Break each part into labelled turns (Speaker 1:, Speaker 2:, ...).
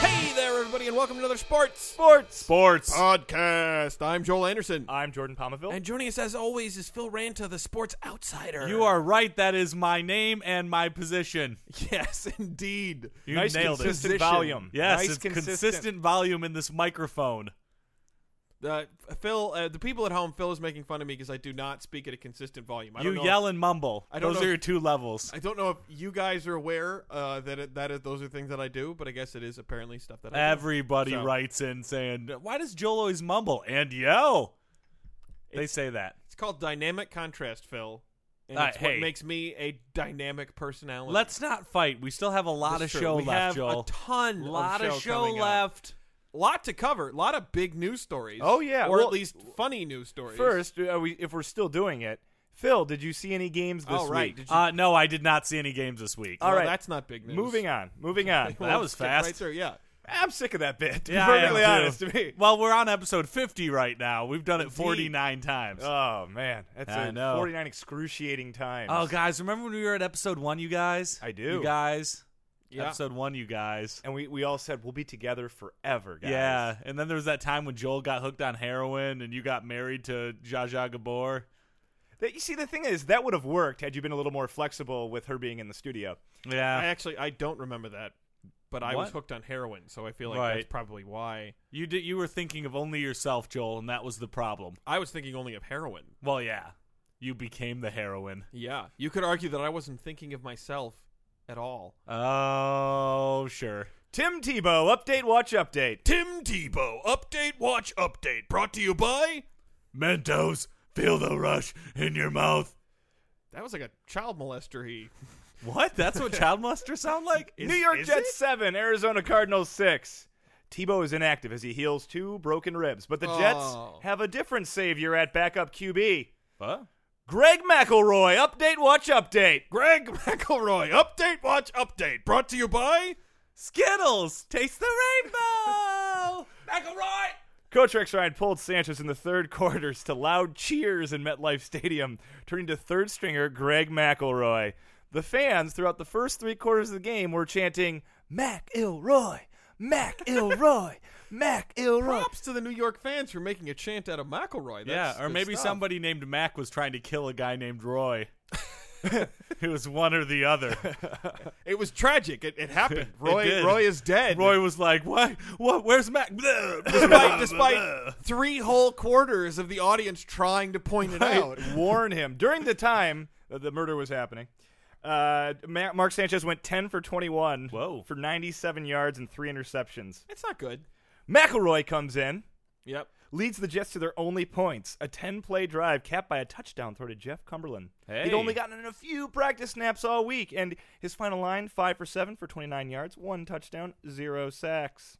Speaker 1: Hey there, everybody, and welcome to another sports
Speaker 2: Sports. Uh, Sports.
Speaker 3: Uh, podcast. I'm Joel Anderson.
Speaker 1: I'm Jordan
Speaker 2: oh.
Speaker 1: Palmaville.
Speaker 3: And joining us as always is Phil Ranta, the sports outsider.
Speaker 2: you are right. That is my name and my position.
Speaker 3: yes, indeed.
Speaker 2: You
Speaker 1: nice
Speaker 2: nailed it.
Speaker 1: consistent
Speaker 3: Position.
Speaker 1: volume.
Speaker 2: Yes,
Speaker 1: nice
Speaker 2: it's consistent volume in this microphone.
Speaker 3: Uh, Phil, uh, the people at home, Phil is making fun of me because I do not speak at a consistent volume. I don't
Speaker 2: You
Speaker 3: know
Speaker 2: yell and mumble.
Speaker 3: I don't
Speaker 2: Those
Speaker 3: know
Speaker 2: are your
Speaker 3: if-
Speaker 2: two levels.
Speaker 3: I don't know if you guys are aware uh, that it, that is those are things that I do, but I guess it is apparently stuff that I do.
Speaker 2: Everybody
Speaker 3: So-
Speaker 2: writes in saying, "Why does Joel always mumble and yell?" They say that.
Speaker 3: It's called dynamic contrast, Phil. And
Speaker 2: All right,
Speaker 3: it's what
Speaker 2: Uh, hey.
Speaker 3: makes me a dynamic personality.
Speaker 2: Let's not fight. We still have a lot of
Speaker 3: That's true.
Speaker 2: show
Speaker 3: we
Speaker 2: left,
Speaker 3: have
Speaker 2: Joel.
Speaker 3: A ton,
Speaker 2: lot
Speaker 3: of
Speaker 2: of
Speaker 3: show,
Speaker 2: show
Speaker 3: coming up.
Speaker 2: left.
Speaker 3: lot to cover, a lot of big news stories.
Speaker 1: Oh, yeah.
Speaker 3: or
Speaker 1: Well,
Speaker 3: at least funny news stories.
Speaker 1: First, are uh, we, if we're still doing it, Phil, did you see any games this
Speaker 3: oh right,
Speaker 1: week?
Speaker 3: Did you,
Speaker 2: Uh, no, I did not see any games this week.
Speaker 1: All
Speaker 3: well,
Speaker 1: right.
Speaker 3: that's not big news.
Speaker 1: Moving on. Moving on.
Speaker 2: Well, that was
Speaker 3: skip
Speaker 2: fast.
Speaker 3: Right through, yeah.
Speaker 1: I'm sick of that bit. To
Speaker 2: Yeah,
Speaker 1: be
Speaker 2: I
Speaker 1: perfectly
Speaker 2: am, too.
Speaker 1: honest to me.
Speaker 2: Well, we're on episode 50 right now. We've done it 49 times.
Speaker 1: Oh man, that's
Speaker 2: I
Speaker 1: a
Speaker 2: know.
Speaker 1: 49 excruciating times.
Speaker 2: oh, guys, remember when we were at episode one, you guys?
Speaker 1: I do.
Speaker 2: You guys?
Speaker 3: Yeah.
Speaker 2: Episode one, you guys.
Speaker 1: And we, we all said we'll be together forever, guys.
Speaker 2: Yeah, and then there was that time when Joel got hooked on heroin and you got married to Zsa Zsa Gabor.
Speaker 1: That, you see, the thing is, that would have worked had you been a little more flexible with her being in the studio.
Speaker 3: I
Speaker 2: Yeah,
Speaker 3: actually I don't remember that, but I was
Speaker 2: What?
Speaker 3: hooked on heroin, so I feel like that's
Speaker 2: Right.
Speaker 3: probably why
Speaker 2: you did. You were thinking of only yourself, Joel, and that was the problem.
Speaker 3: I was thinking only of heroin.
Speaker 2: Well, yeah, you became the heroine.
Speaker 3: Yeah, you could argue that I wasn't thinking of myself at all.
Speaker 2: Oh, sure.
Speaker 1: Tim Tebow, update, watch, update.
Speaker 3: Tim Tebow update, watch update, brought to you by.
Speaker 2: Mentos, feel the rush in your mouth.
Speaker 3: That was like a child molester. He
Speaker 2: What? That's what child molesters sound like.
Speaker 1: New York Jets seven, Arizona Cardinals six. Tebow is inactive as he heals two broken ribs, but the
Speaker 3: Oh.
Speaker 1: Jets have a different savior at backup QB.
Speaker 2: What?
Speaker 1: Greg McElroy, update, watch, update.
Speaker 3: Greg McElroy update, watch update, brought to you by.
Speaker 2: Skittles, taste the rainbow.
Speaker 3: McElroy.
Speaker 1: Coach Rex Ryan pulled Sanchez in the third quarters to loud cheers in MetLife Stadium, turning to third stringer Greg McElroy. The fans throughout the first three quarters of the game were chanting McElroy, McElroy, McElroy.
Speaker 3: Props to the New York fans for making a chant out of McElroy. That's
Speaker 2: yeah, or
Speaker 3: good
Speaker 2: maybe
Speaker 3: stuff.
Speaker 2: somebody named Mac was trying to kill a guy named Roy. it was one or the other.
Speaker 3: It was tragic. It, it happened. Roy
Speaker 2: did.
Speaker 3: Roy is dead.
Speaker 2: Roy was like, "What? What? Where's Mac?"
Speaker 3: despite, despite three whole quarters of the audience trying to point it out.
Speaker 1: warn him during the time that the murder was happening. Uh, Ma- Mark Sanchez went 10 for 21
Speaker 2: Whoa.
Speaker 1: for 97 yards and three interceptions.
Speaker 3: It's not good.
Speaker 1: McElroy comes in,
Speaker 3: Yep.
Speaker 1: leads the Jets to their only points. A 10 play drive capped by a touchdown throw to Jeff Cumberland.
Speaker 2: Hey.
Speaker 1: He'd only gotten in a few practice snaps all week, and his final line 5 for 7 for 29 yards, one touchdown, zero sacks.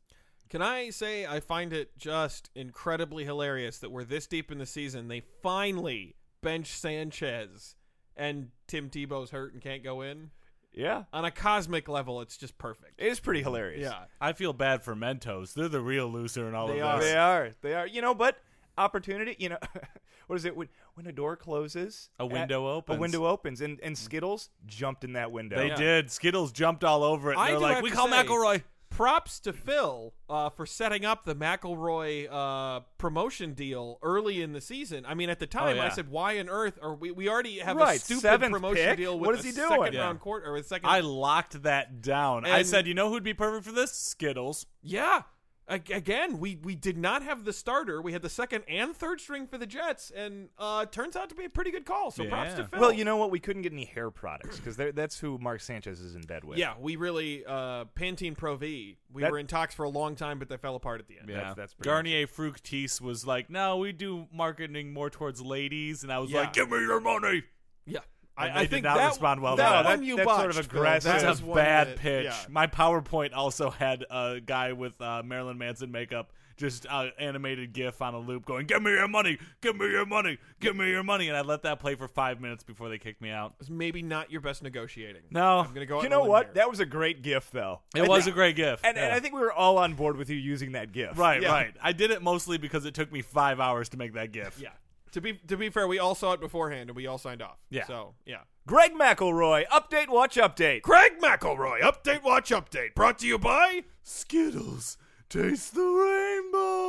Speaker 3: Can I say I find it just incredibly hilarious that we're this deep in the season. They finally bench Sanchez and Tim Tebow's hurt and can't go in.
Speaker 1: Yeah.
Speaker 3: On a cosmic level, it's just perfect.
Speaker 1: It is pretty hilarious.
Speaker 3: Yeah.
Speaker 2: I feel bad for Mentos. They're the real loser in all
Speaker 3: They
Speaker 2: of this.
Speaker 1: They are. They are. You know, but opportunity. You know, what is it when when a door closes?
Speaker 2: A window
Speaker 1: A
Speaker 2: opens.
Speaker 1: window opens, and and Skittles jumped in that window.
Speaker 2: They did. Skittles jumped all over it. and
Speaker 3: I
Speaker 2: They're
Speaker 3: do
Speaker 2: like,
Speaker 3: have
Speaker 2: "We
Speaker 3: to
Speaker 2: call
Speaker 3: say-
Speaker 2: McElroy."
Speaker 3: Props to Phil uh, for setting up the McElroy uh, promotion deal early in the season. I mean, at the time,
Speaker 2: yeah.
Speaker 3: I said, "Why on earth are we? We already have a
Speaker 1: Oh, Right,
Speaker 3: stupid
Speaker 1: seventh
Speaker 3: promotion
Speaker 1: pick?
Speaker 3: deal with
Speaker 1: What is
Speaker 3: a
Speaker 1: he doing?
Speaker 3: second
Speaker 2: Yeah.
Speaker 3: round quarter or a second
Speaker 2: I locked that down. I
Speaker 3: And-
Speaker 2: said, "You know who'd be perfect for this? Skittles."
Speaker 3: Yeah. Ag- Again, we we did not have the starter. We had the second and third string for the Jets, and uh, turns out to be a pretty good call. So props to
Speaker 2: Yeah.
Speaker 3: Phil.
Speaker 1: Well, you know what? We couldn't get any hair products because that's who Mark Sanchez is in bed with.
Speaker 3: yeah, we really uh, Pantene Pro V. We
Speaker 1: That-
Speaker 3: were in talks for a long time, but they fell apart at the end.
Speaker 1: That's- that's pretty
Speaker 2: Garnier Fructis was like, "No, we do marketing more towards ladies," and I was
Speaker 3: Yeah.
Speaker 2: like, "Give me your money."
Speaker 3: Yeah.
Speaker 2: and
Speaker 1: I-
Speaker 2: they
Speaker 1: I
Speaker 2: did
Speaker 3: think
Speaker 2: not
Speaker 3: that-
Speaker 2: respond well. to
Speaker 3: that
Speaker 2: that.
Speaker 1: No,
Speaker 3: one you
Speaker 1: that's sort of
Speaker 3: botched, Bill.
Speaker 1: aggressive.
Speaker 3: That
Speaker 2: That's
Speaker 3: was
Speaker 2: a
Speaker 3: one
Speaker 2: bad
Speaker 3: that-
Speaker 2: pitch.
Speaker 1: yeah.
Speaker 2: My PowerPoint also had a guy with uh, Marilyn Manson makeup, just uh, animated GIF on a loop, going "Give me your money, give me your money, give me your money," and I let that play for five minutes before they kicked me out.
Speaker 3: It's maybe not your best negotiating.
Speaker 2: No,
Speaker 3: I'm gonna go. out
Speaker 1: You
Speaker 3: on
Speaker 1: know
Speaker 3: a limb
Speaker 1: what?
Speaker 3: here.
Speaker 1: That was a great gift, though.
Speaker 2: it was a great GIF,
Speaker 1: And, and
Speaker 2: Yeah.
Speaker 1: I think we were all on board with you using that gift.
Speaker 2: right,
Speaker 1: Yeah.
Speaker 2: right. I did it mostly because it took me five hours to make that GIF.
Speaker 3: yeah. To be to be fair, we all saw it beforehand and we all signed off.
Speaker 2: Yeah.
Speaker 3: So yeah.
Speaker 1: Greg McElroy, update, watch, update.
Speaker 3: Craig McElroy update watch update brought to you by
Speaker 2: Skittles, taste the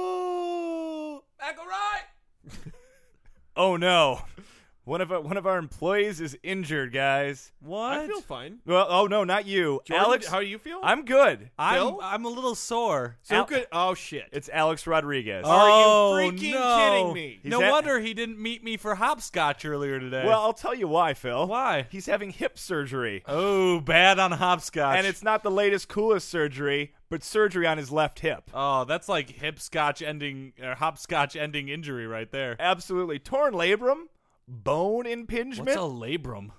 Speaker 2: rainbow.
Speaker 3: McElroy.
Speaker 1: Oh no, one of our, one of our employees is injured, guys.
Speaker 2: What?
Speaker 3: I feel fine.
Speaker 1: Well, oh no, not you,
Speaker 3: Jordan,
Speaker 1: Alex.
Speaker 3: how do you feel?
Speaker 1: I'm good.
Speaker 2: I'm,
Speaker 3: Bill?
Speaker 2: I'm a little sore.
Speaker 3: so
Speaker 1: Al-
Speaker 3: good. Oh shit.
Speaker 1: It's Alex Rodriguez.
Speaker 3: Are
Speaker 2: oh,
Speaker 3: you freaking
Speaker 2: no.
Speaker 3: kidding me?
Speaker 1: He's
Speaker 2: no
Speaker 1: at-
Speaker 2: wonder he didn't meet me for hopscotch earlier today.
Speaker 1: Well, I'll tell you why, Phil.
Speaker 2: Why?
Speaker 1: He's having hip surgery,
Speaker 2: oh, bad on hopscotch.
Speaker 1: and it's not the latest, coolest surgery, but surgery on his left hip.
Speaker 2: oh, that's like hipscotch ending or hopscotch ending injury right there.
Speaker 1: Absolutely torn labrum, bone impingement,
Speaker 2: What's a labrum?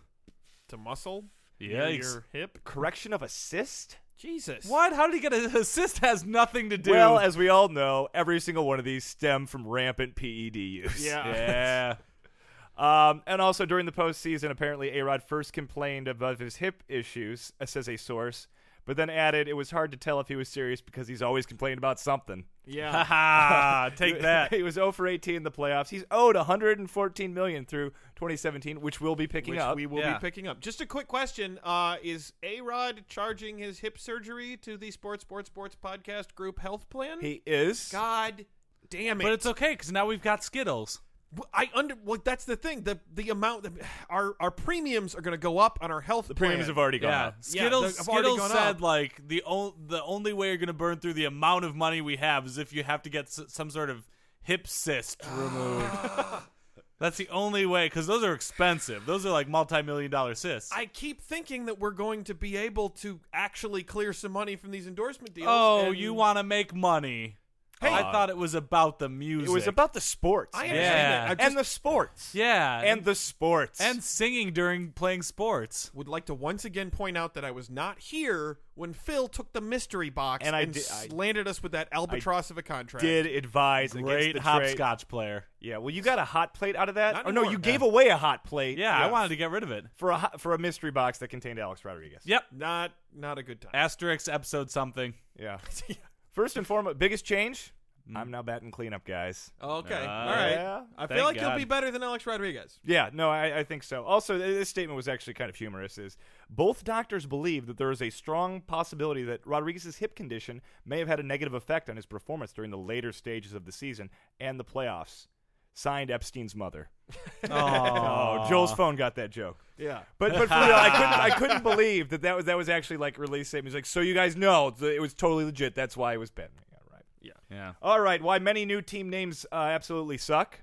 Speaker 3: It's a muscle. near
Speaker 2: Yikes.
Speaker 3: Your hip.
Speaker 1: correction of a cyst.
Speaker 3: Jesus.
Speaker 2: What? How did he get a assist? Has nothing to do.
Speaker 1: Well, as we all know, every single one of these stem from rampant PED use.
Speaker 3: Yeah.
Speaker 2: yeah.
Speaker 1: Um, and also during the postseason, apparently A Rod first complained about his hip issues, uh, says a source, but then added it was hard to tell if he was serious because he's always complained about something.
Speaker 2: Ha
Speaker 3: Yeah.
Speaker 2: ha! Take that.
Speaker 1: he was 0 for 18 in the playoffs. He's owed 114 million through 2017, which we'll be picking
Speaker 3: Which
Speaker 1: up.
Speaker 3: we will
Speaker 2: Yeah.
Speaker 3: be picking up. Just a quick question: uh, Is A Rod charging his hip surgery to the Sports Sports Sports Podcast Group Health Plan?
Speaker 1: he is.
Speaker 3: God damn it!
Speaker 2: But it's okay because now we've got Skittles.
Speaker 3: Well, I under well, that's the thing. The the amount that our our premiums are going to go up on our health. The
Speaker 1: Premiums have already gone up.
Speaker 3: Yeah,
Speaker 2: Skittles,
Speaker 3: they've already
Speaker 2: Skittles
Speaker 3: gone
Speaker 2: said
Speaker 3: up.
Speaker 2: like the o- the only way you're going to burn through the amount of money we have is if you have to get s- some sort of hip cyst removed. That's the only way because those are expensive. Those are like multi-million dollar cysts.
Speaker 3: I keep thinking that we're going to be able to actually clear some money from these endorsement deals.
Speaker 2: oh,
Speaker 3: and
Speaker 2: you want to make money?
Speaker 1: Hey.
Speaker 2: I thought it was about the music.
Speaker 1: It was about the sports.
Speaker 3: I
Speaker 1: man.
Speaker 2: Yeah.
Speaker 3: understand that. I
Speaker 1: And the sports.
Speaker 2: yeah,
Speaker 1: And the sports.
Speaker 2: and singing during playing sports.
Speaker 3: would like to once again point out that I was not here when Phil took the mystery box
Speaker 1: And I di- I-
Speaker 3: slanted us with that albatross of a contract.
Speaker 1: did advise
Speaker 2: Great
Speaker 1: against the trade.
Speaker 2: hopscotch player.
Speaker 1: Yeah, well, you got a hot plate out of that.
Speaker 3: Not
Speaker 1: oh no,
Speaker 3: anymore,
Speaker 1: you
Speaker 3: yeah.
Speaker 1: gave away a hot plate.
Speaker 2: Yeah, I
Speaker 1: Yes.
Speaker 2: wanted to get rid of it.
Speaker 1: for a hot- for a mystery box that contained Alex Rodriguez.
Speaker 2: Yep.
Speaker 3: not not a good time.
Speaker 2: Asterix episode something.
Speaker 1: Yeah. First and foremost, biggest change.
Speaker 2: Mm-hmm.
Speaker 1: I'm now batting cleanup, guys.
Speaker 3: Okay,
Speaker 2: Uh,
Speaker 3: all right.
Speaker 1: yeah.
Speaker 3: I
Speaker 2: Thank
Speaker 3: feel like
Speaker 2: God.
Speaker 3: you'll be better than Alex Rodriguez.
Speaker 1: Yeah, no, I, I think so. Also, th- this statement was actually kind of humorous. Is both doctors believe that there is a strong possibility that Rodriguez's hip condition may have had a negative effect on his performance during the later stages of the season and the playoffs. Signed Epstein's mother. Oh, Joel's phone got that joke.
Speaker 3: Yeah.
Speaker 1: But but for real, I couldn't I couldn't believe that that was that was actually like release statement. He's like, so you guys know th- it was totally legit. That's why it was banned. Yeah, right.
Speaker 2: Yeah.
Speaker 1: All right. Why many new team names uh, absolutely suck.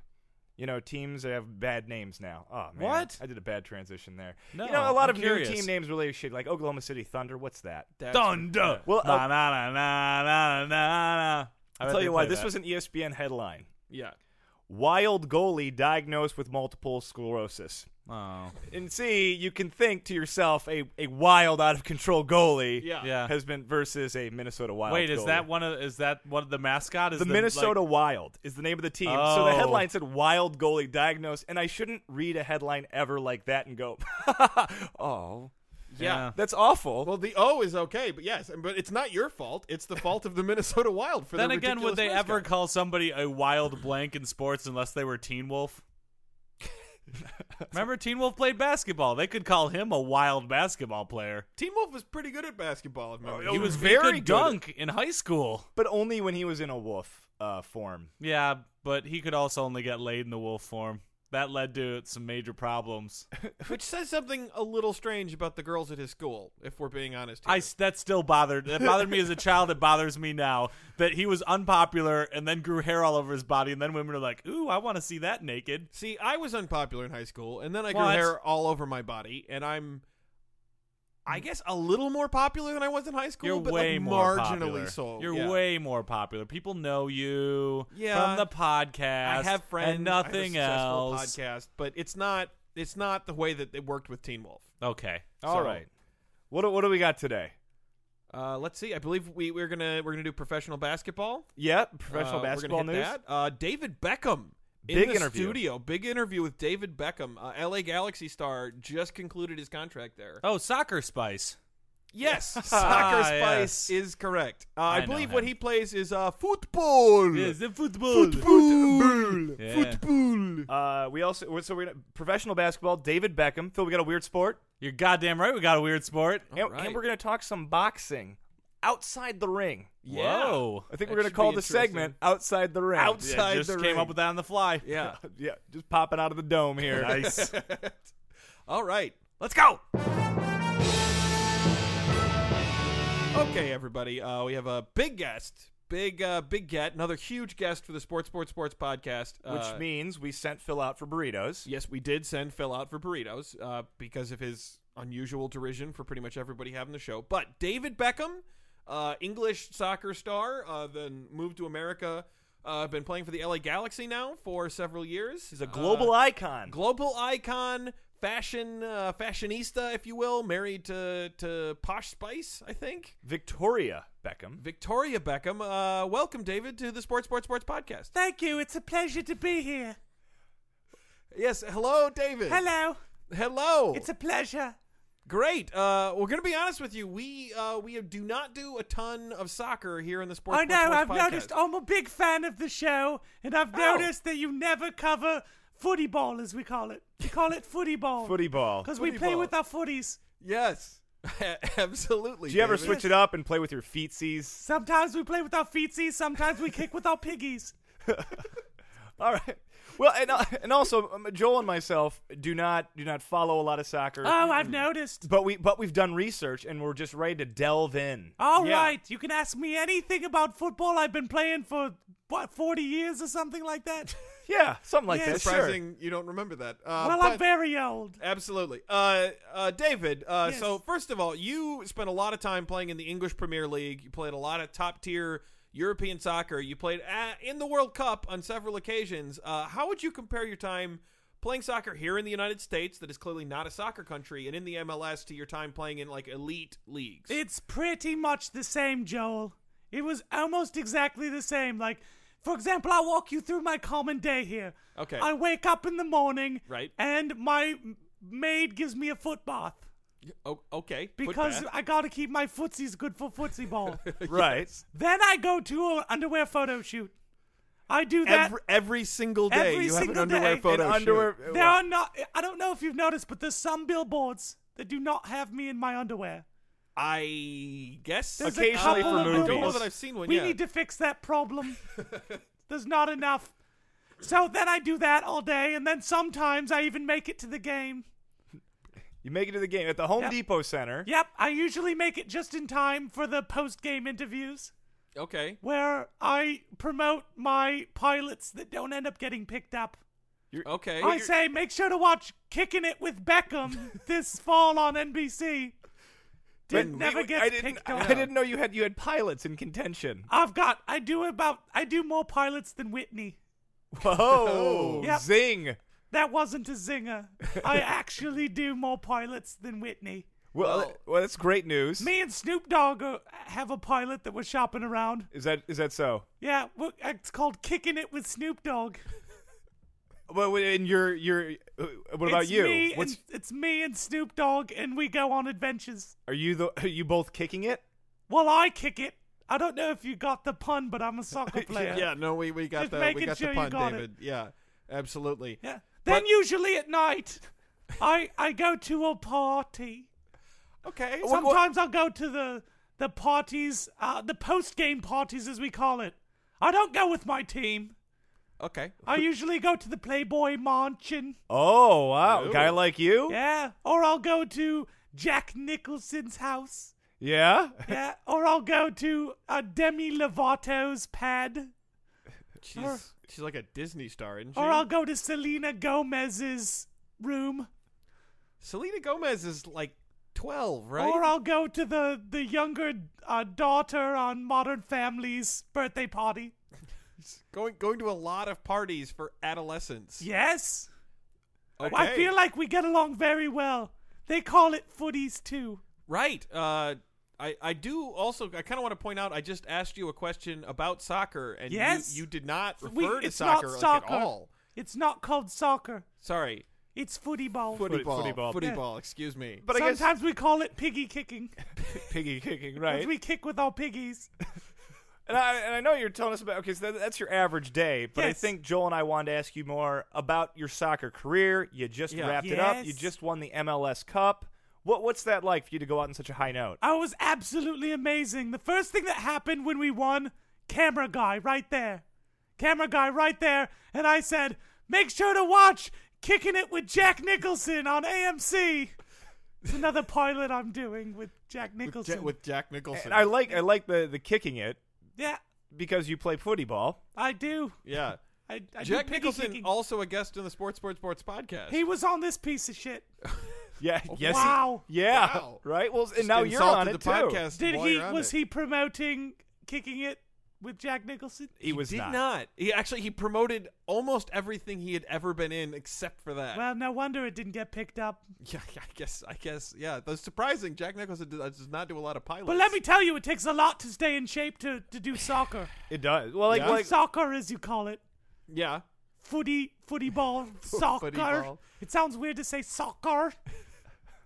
Speaker 1: You know, teams have bad names now. Oh man,
Speaker 2: What?
Speaker 1: I did a bad transition there.
Speaker 2: No,
Speaker 1: you know, a lot
Speaker 2: I'm
Speaker 1: of
Speaker 2: curious.
Speaker 1: new team names really shit. Like Oklahoma City Thunder. What's that?
Speaker 3: That's
Speaker 2: Thunder.
Speaker 1: Well,
Speaker 2: na, na,
Speaker 1: uh,
Speaker 2: na, na, na, na, na. I
Speaker 1: I'll
Speaker 2: bet
Speaker 1: tell
Speaker 2: they
Speaker 1: you why.
Speaker 2: play
Speaker 1: This
Speaker 2: that.
Speaker 1: was an E ESPN headline.
Speaker 3: Yeah.
Speaker 1: Wild goalie diagnosed with multiple sclerosis.
Speaker 2: Oh.
Speaker 1: And see, you can think to yourself, a, a wild, out of control goalie
Speaker 3: Yeah.
Speaker 2: Yeah.
Speaker 1: has been versus a Minnesota Wild.
Speaker 2: Wait, is
Speaker 1: goalie.
Speaker 2: that one of is that one of the mascot? Is
Speaker 1: the, Minnesota Wild is the name of the team. So
Speaker 2: Oh.
Speaker 1: the headline said "Wild goalie diagnosed," and I shouldn't read a headline ever like that and go, "Oh,
Speaker 2: Yeah.
Speaker 1: that's awful."
Speaker 3: Well, the O is okay, but yes, but it's not your fault. It's the fault of the Minnesota Wild for
Speaker 2: Then
Speaker 3: their
Speaker 2: again, would
Speaker 3: ridiculous
Speaker 2: they
Speaker 3: mascot.
Speaker 2: ever call somebody a wild blank in sports unless they were Teen Wolf? Remember, Teen Wolf played basketball. They could call him a wild basketball player.
Speaker 3: Teen Wolf was pretty good at basketball. If memory
Speaker 1: He
Speaker 2: He
Speaker 3: serves.
Speaker 2: was
Speaker 1: very
Speaker 2: very
Speaker 1: good.
Speaker 2: dunk in high school.
Speaker 1: but only when he was in a wolf uh, form.
Speaker 2: Yeah, but he could also only get laid in the wolf form. That led to some major problems.
Speaker 3: which says something a little strange about the girls at his school. If we're being honest, here.
Speaker 2: I s- that still bothered that bothered me as a child. It bothers me now that he was unpopular and then grew hair all over his body, and then women are like, "Ooh, I want to see that naked."
Speaker 3: see. I was unpopular in high school, and then I
Speaker 2: What?
Speaker 3: grew hair all over my body, and I'm, I guess, a little more popular than I was in high school.
Speaker 2: You're
Speaker 3: but
Speaker 2: way
Speaker 3: like,
Speaker 2: more
Speaker 3: marginally
Speaker 2: popular.
Speaker 3: so.
Speaker 2: You're
Speaker 3: yeah.
Speaker 2: way more popular. People know you
Speaker 3: Yeah.
Speaker 2: from the podcast.
Speaker 3: I have friends.
Speaker 2: and
Speaker 3: I have a
Speaker 2: nothing
Speaker 3: successful
Speaker 2: else.
Speaker 3: Podcast, but it's not. it's not the way that it worked with Teen Wolf.
Speaker 4: Okay.
Speaker 1: All
Speaker 3: So-
Speaker 1: right. What do- what do we got today?
Speaker 3: Uh, let's see. I believe we we're gonna we're gonna do professional basketball.
Speaker 1: Yeah, professional
Speaker 3: Uh,
Speaker 1: basketball
Speaker 3: we're gonna hit
Speaker 1: news.
Speaker 3: That. Uh, David Beckham. In
Speaker 1: Big
Speaker 3: the
Speaker 1: interview.
Speaker 3: studio, big interview with David Beckham, uh, LA Galaxy star, just concluded his contract there.
Speaker 4: Oh, soccer spice.
Speaker 3: Yes,
Speaker 4: Ah,
Speaker 3: soccer spice
Speaker 4: yes.
Speaker 3: is correct. Uh, I,
Speaker 4: know
Speaker 3: believe what
Speaker 4: him.
Speaker 3: he plays is uh, football.
Speaker 4: the football.
Speaker 3: Football.
Speaker 4: Yeah.
Speaker 3: Football.
Speaker 1: Uh, we also we're- so we're gonna, professional basketball. David Beckham. Phil, we got a weird sport,
Speaker 4: You're goddamn right. We got a weird sport.
Speaker 1: and,
Speaker 3: right.
Speaker 1: and we're gonna talk some boxing outside the ring.
Speaker 3: Yeah.
Speaker 4: Whoa.
Speaker 1: I
Speaker 3: That
Speaker 1: think we're gonna
Speaker 3: should
Speaker 1: call
Speaker 3: be
Speaker 1: the segment outside the ring.
Speaker 3: Outs-
Speaker 4: Yeah,
Speaker 3: Outside
Speaker 4: just
Speaker 3: the
Speaker 4: came
Speaker 3: ring.
Speaker 4: up with that on the fly.
Speaker 3: Yeah.
Speaker 1: yeah, just popping out of the dome here.
Speaker 4: Nice.
Speaker 3: All right, let's go. Okay, everybody. Uh, we have a big guest, big, uh, big get, another huge guest for the Sports, Sports, Sports podcast.
Speaker 1: Which
Speaker 3: uh,
Speaker 1: means we sent Phil out for burritos.
Speaker 3: yes, we did send Phil out for burritos uh, because of his unusual derision for pretty much everybody having the show. But David Beckham, uh, English soccer star, uh, then moved to America. Uh, been playing for the LA Galaxy now for several years.
Speaker 1: He's a global icon.
Speaker 3: global icon, fashion uh, fashionista, if you will, married to to Posh Spice, I think.
Speaker 1: Victoria Beckham.
Speaker 3: Victoria Beckham, uh, welcome David to the Sports Sports Sports podcast.
Speaker 4: Thank you. It's a pleasure to be here.
Speaker 3: Yes, hello David.
Speaker 4: Hello.
Speaker 3: hello.
Speaker 4: a pleasure.
Speaker 3: great. Uh, we're gonna be honest with you. We uh, we do not do a ton of soccer here in the Sports. Sports, Sports podcast.
Speaker 4: I'm a big fan of the show, and I've
Speaker 3: noticed
Speaker 4: that you never cover footy ball, as we call it. We call it footy ball.
Speaker 1: Footy ball.
Speaker 4: Because
Speaker 3: we Footy play ball. with
Speaker 4: our footies.
Speaker 3: Yes, absolutely.
Speaker 1: Do you ever
Speaker 3: David.
Speaker 1: switch it up and play with your feetsies?
Speaker 4: Sometimes we play with our feetsies, sometimes we kick with our piggies.
Speaker 1: All right. Well, and, uh, and also um, Joel and myself do not do not follow a lot of soccer,
Speaker 4: Oh, I've noticed.
Speaker 1: but we but we've done research and we're just ready to delve in.
Speaker 4: All right,
Speaker 3: Yeah.
Speaker 4: you can ask me anything about football. I've been playing for what forty years or something like that.
Speaker 1: Yeah, something like
Speaker 4: Yeah,
Speaker 1: that. Sure.
Speaker 3: Surprising, you don't remember that. Uh,
Speaker 4: well,
Speaker 3: but-
Speaker 4: I'm very old.
Speaker 3: Absolutely. Uh, uh, David, uh,
Speaker 4: Yes.
Speaker 3: so first of all, you spent a lot of time playing in the English Premier League. You played a lot of top tier European soccer. You played uh in the World Cup on several occasions. Uh, how would you compare your time playing soccer here in the United States, that is clearly not a soccer country, and in the MLS to your time playing in like elite leagues?
Speaker 4: It's pretty much the same, Joel. It was almost exactly the same. Like, for example, I'll walk you through my common day here.
Speaker 3: Okay.
Speaker 4: I wake up in the morning.
Speaker 3: Right.
Speaker 4: And my m- maid gives me a foot bath
Speaker 3: O- okay. foot
Speaker 4: because
Speaker 3: bath.
Speaker 4: I gotta keep my footsies good for footsie ball.
Speaker 1: Right.
Speaker 4: then I go to an underwear photo shoot. I do that.
Speaker 3: every, every single day
Speaker 4: Every
Speaker 3: you have an
Speaker 4: single
Speaker 3: underwear
Speaker 4: day.
Speaker 3: photo
Speaker 1: And
Speaker 3: shoot.
Speaker 1: underwear.
Speaker 4: There are not. I don't know if you've noticed, but there's some billboards that do not have me in my underwear.
Speaker 3: I guess.
Speaker 4: There's a
Speaker 1: Occasionally
Speaker 4: couple
Speaker 1: for
Speaker 4: of
Speaker 1: movies.
Speaker 3: I don't know
Speaker 4: billboards.
Speaker 3: that I've seen one
Speaker 4: we
Speaker 3: yet.
Speaker 4: need to fix that problem. there's not enough. So then I do that all day, and then sometimes I even make it to the game.
Speaker 1: You make it to the game at the Home
Speaker 4: Yep.
Speaker 1: Depot Center.
Speaker 4: Yep, I usually make it just in time for the post-game interviews
Speaker 3: okay.
Speaker 4: where I promote my pilots that don't end up getting picked up.
Speaker 3: Okay.
Speaker 4: I say, make sure to watch Kicking It with Beckham this fall on NBC. Did,
Speaker 1: But
Speaker 4: never
Speaker 1: we-
Speaker 4: gets
Speaker 1: I didn't,
Speaker 4: picked up.
Speaker 1: I didn't know you had you had pilots in contention.
Speaker 4: I've got. I do about. I do more pilots than Whitney.
Speaker 1: Whoa!
Speaker 4: Oh. Yep.
Speaker 1: Zing!
Speaker 4: That wasn't a zinger. I actually do more pilots than Whitney.
Speaker 1: Well,
Speaker 3: Well-
Speaker 1: well, that's great news.
Speaker 4: Me and Snoop Dogg are, have a pilot that we're shopping around.
Speaker 1: Is that is that so?
Speaker 4: Yeah, we it's called Kicking It with Snoop Dogg.
Speaker 1: Well, and you're you're. uh, What about
Speaker 4: it's
Speaker 1: you?
Speaker 4: Me
Speaker 1: What's
Speaker 4: and, it's me and Snoop Dogg, and we go on adventures.
Speaker 1: are you the are you both kicking it?
Speaker 4: Well, I kick it. I don't know if you got the pun, but I'm a soccer player.
Speaker 3: Yeah, no, we, we got
Speaker 4: Just
Speaker 3: the we
Speaker 4: making
Speaker 3: got
Speaker 4: sure
Speaker 3: the
Speaker 4: you
Speaker 3: pun,
Speaker 4: got it.
Speaker 3: David. Yeah, absolutely.
Speaker 4: Yeah. Then
Speaker 3: But-
Speaker 4: usually at night, I I go to a party.
Speaker 3: Okay.
Speaker 1: What- what-
Speaker 4: Sometimes I'll go to the the parties, uh, the post game parties as we call it. I don't go with my team.
Speaker 3: okay.
Speaker 4: I usually go to the Playboy Mansion.
Speaker 1: Oh wow,
Speaker 3: Ooh.
Speaker 1: guy like you?
Speaker 4: Yeah, or I'll go to Jack Nicholson's house.
Speaker 1: Yeah?
Speaker 4: Yeah, or I'll go to uh, Demi Lovato's pad.
Speaker 3: She's she's like a Disney star, isn't she?
Speaker 4: Or I'll go to Selena Gomez's room.
Speaker 3: Selena Gomez is like twelve, right?
Speaker 4: Or I'll go to the the younger uh, daughter on Modern Family's birthday party.
Speaker 3: going going to a lot of parties for adolescents.
Speaker 4: Yes. I
Speaker 3: Okay.
Speaker 4: feel like we get along very well. They call it footies too.
Speaker 3: Right. Uh, I I do also. I kind of want to point out. I just asked you a question about soccer, and you-
Speaker 4: Yes.
Speaker 3: you, did not refer
Speaker 4: We-
Speaker 3: to
Speaker 4: it's
Speaker 3: soccer,
Speaker 4: not
Speaker 3: like,
Speaker 4: soccer.
Speaker 3: at all.
Speaker 4: It's not called soccer.
Speaker 3: Sorry,
Speaker 4: It's footy ball.
Speaker 3: footy,
Speaker 1: Footy-
Speaker 3: ball,
Speaker 1: footy ball.
Speaker 3: footy
Speaker 4: Yeah.
Speaker 3: ball. Excuse me.
Speaker 1: But I
Speaker 4: Sometimes
Speaker 1: guess
Speaker 4: we call it piggy kicking.
Speaker 1: piggy kicking,
Speaker 4: 'cause
Speaker 1: right?
Speaker 4: We kick with our piggies.
Speaker 1: And I, and I know you're telling us about okay, so that, that's your average day, but I
Speaker 4: Yes.
Speaker 1: think Joel and I wanted to ask you more about your soccer career. You just
Speaker 3: Yeah.
Speaker 1: wrapped it up.
Speaker 4: Yes.
Speaker 1: You just won the MLS Cup. What what's that like for you to go out on such a high note?
Speaker 4: I was absolutely amazing. The first thing that happened when we won, camera guy right there. Camera guy right there. And I said, make sure to watch Kicking It with Jack Nicholson on AMC. It's another pilot I'm doing with Jack
Speaker 3: with,
Speaker 4: Nicholson.
Speaker 3: Ja- with Jack Nicholson.
Speaker 1: And I like I like the the kicking it
Speaker 4: yeah,
Speaker 1: because you play footy ball.
Speaker 4: I do.
Speaker 3: yeah.
Speaker 4: I, I do
Speaker 3: Jack
Speaker 4: piggy
Speaker 3: Nicholson,
Speaker 4: kicking.
Speaker 3: also a guest in the Sports Sports Sports podcast.
Speaker 4: He was on this piece of shit.
Speaker 1: Yeah. Yes. he-
Speaker 4: wow.
Speaker 1: yeah.
Speaker 3: Oh, Wow.
Speaker 1: Right. Well, and
Speaker 3: Just
Speaker 1: now you're
Speaker 3: insulted
Speaker 1: on it
Speaker 3: the
Speaker 1: too.
Speaker 3: podcast.
Speaker 4: Did
Speaker 3: while
Speaker 4: he?
Speaker 3: you're on
Speaker 4: Was
Speaker 3: it.
Speaker 4: he promoting kicking it with Jack Nicholson?
Speaker 1: He was
Speaker 3: Did
Speaker 1: not.
Speaker 3: not. He actually he promoted almost everything he had ever been in except for that.
Speaker 4: Well, no wonder it didn't get picked up.
Speaker 3: yeah, I guess. I guess. Yeah, that's surprising. Jack Nicholson does does not do a lot of pilots.
Speaker 4: But let me tell you, it takes a lot to stay in shape to, to do soccer.
Speaker 1: It does. Well, like
Speaker 3: Yeah.
Speaker 1: like
Speaker 4: soccer, as you call it.
Speaker 3: Yeah.
Speaker 4: Footy, footy ball, soccer.
Speaker 3: ball.
Speaker 4: It sounds weird to say soccer.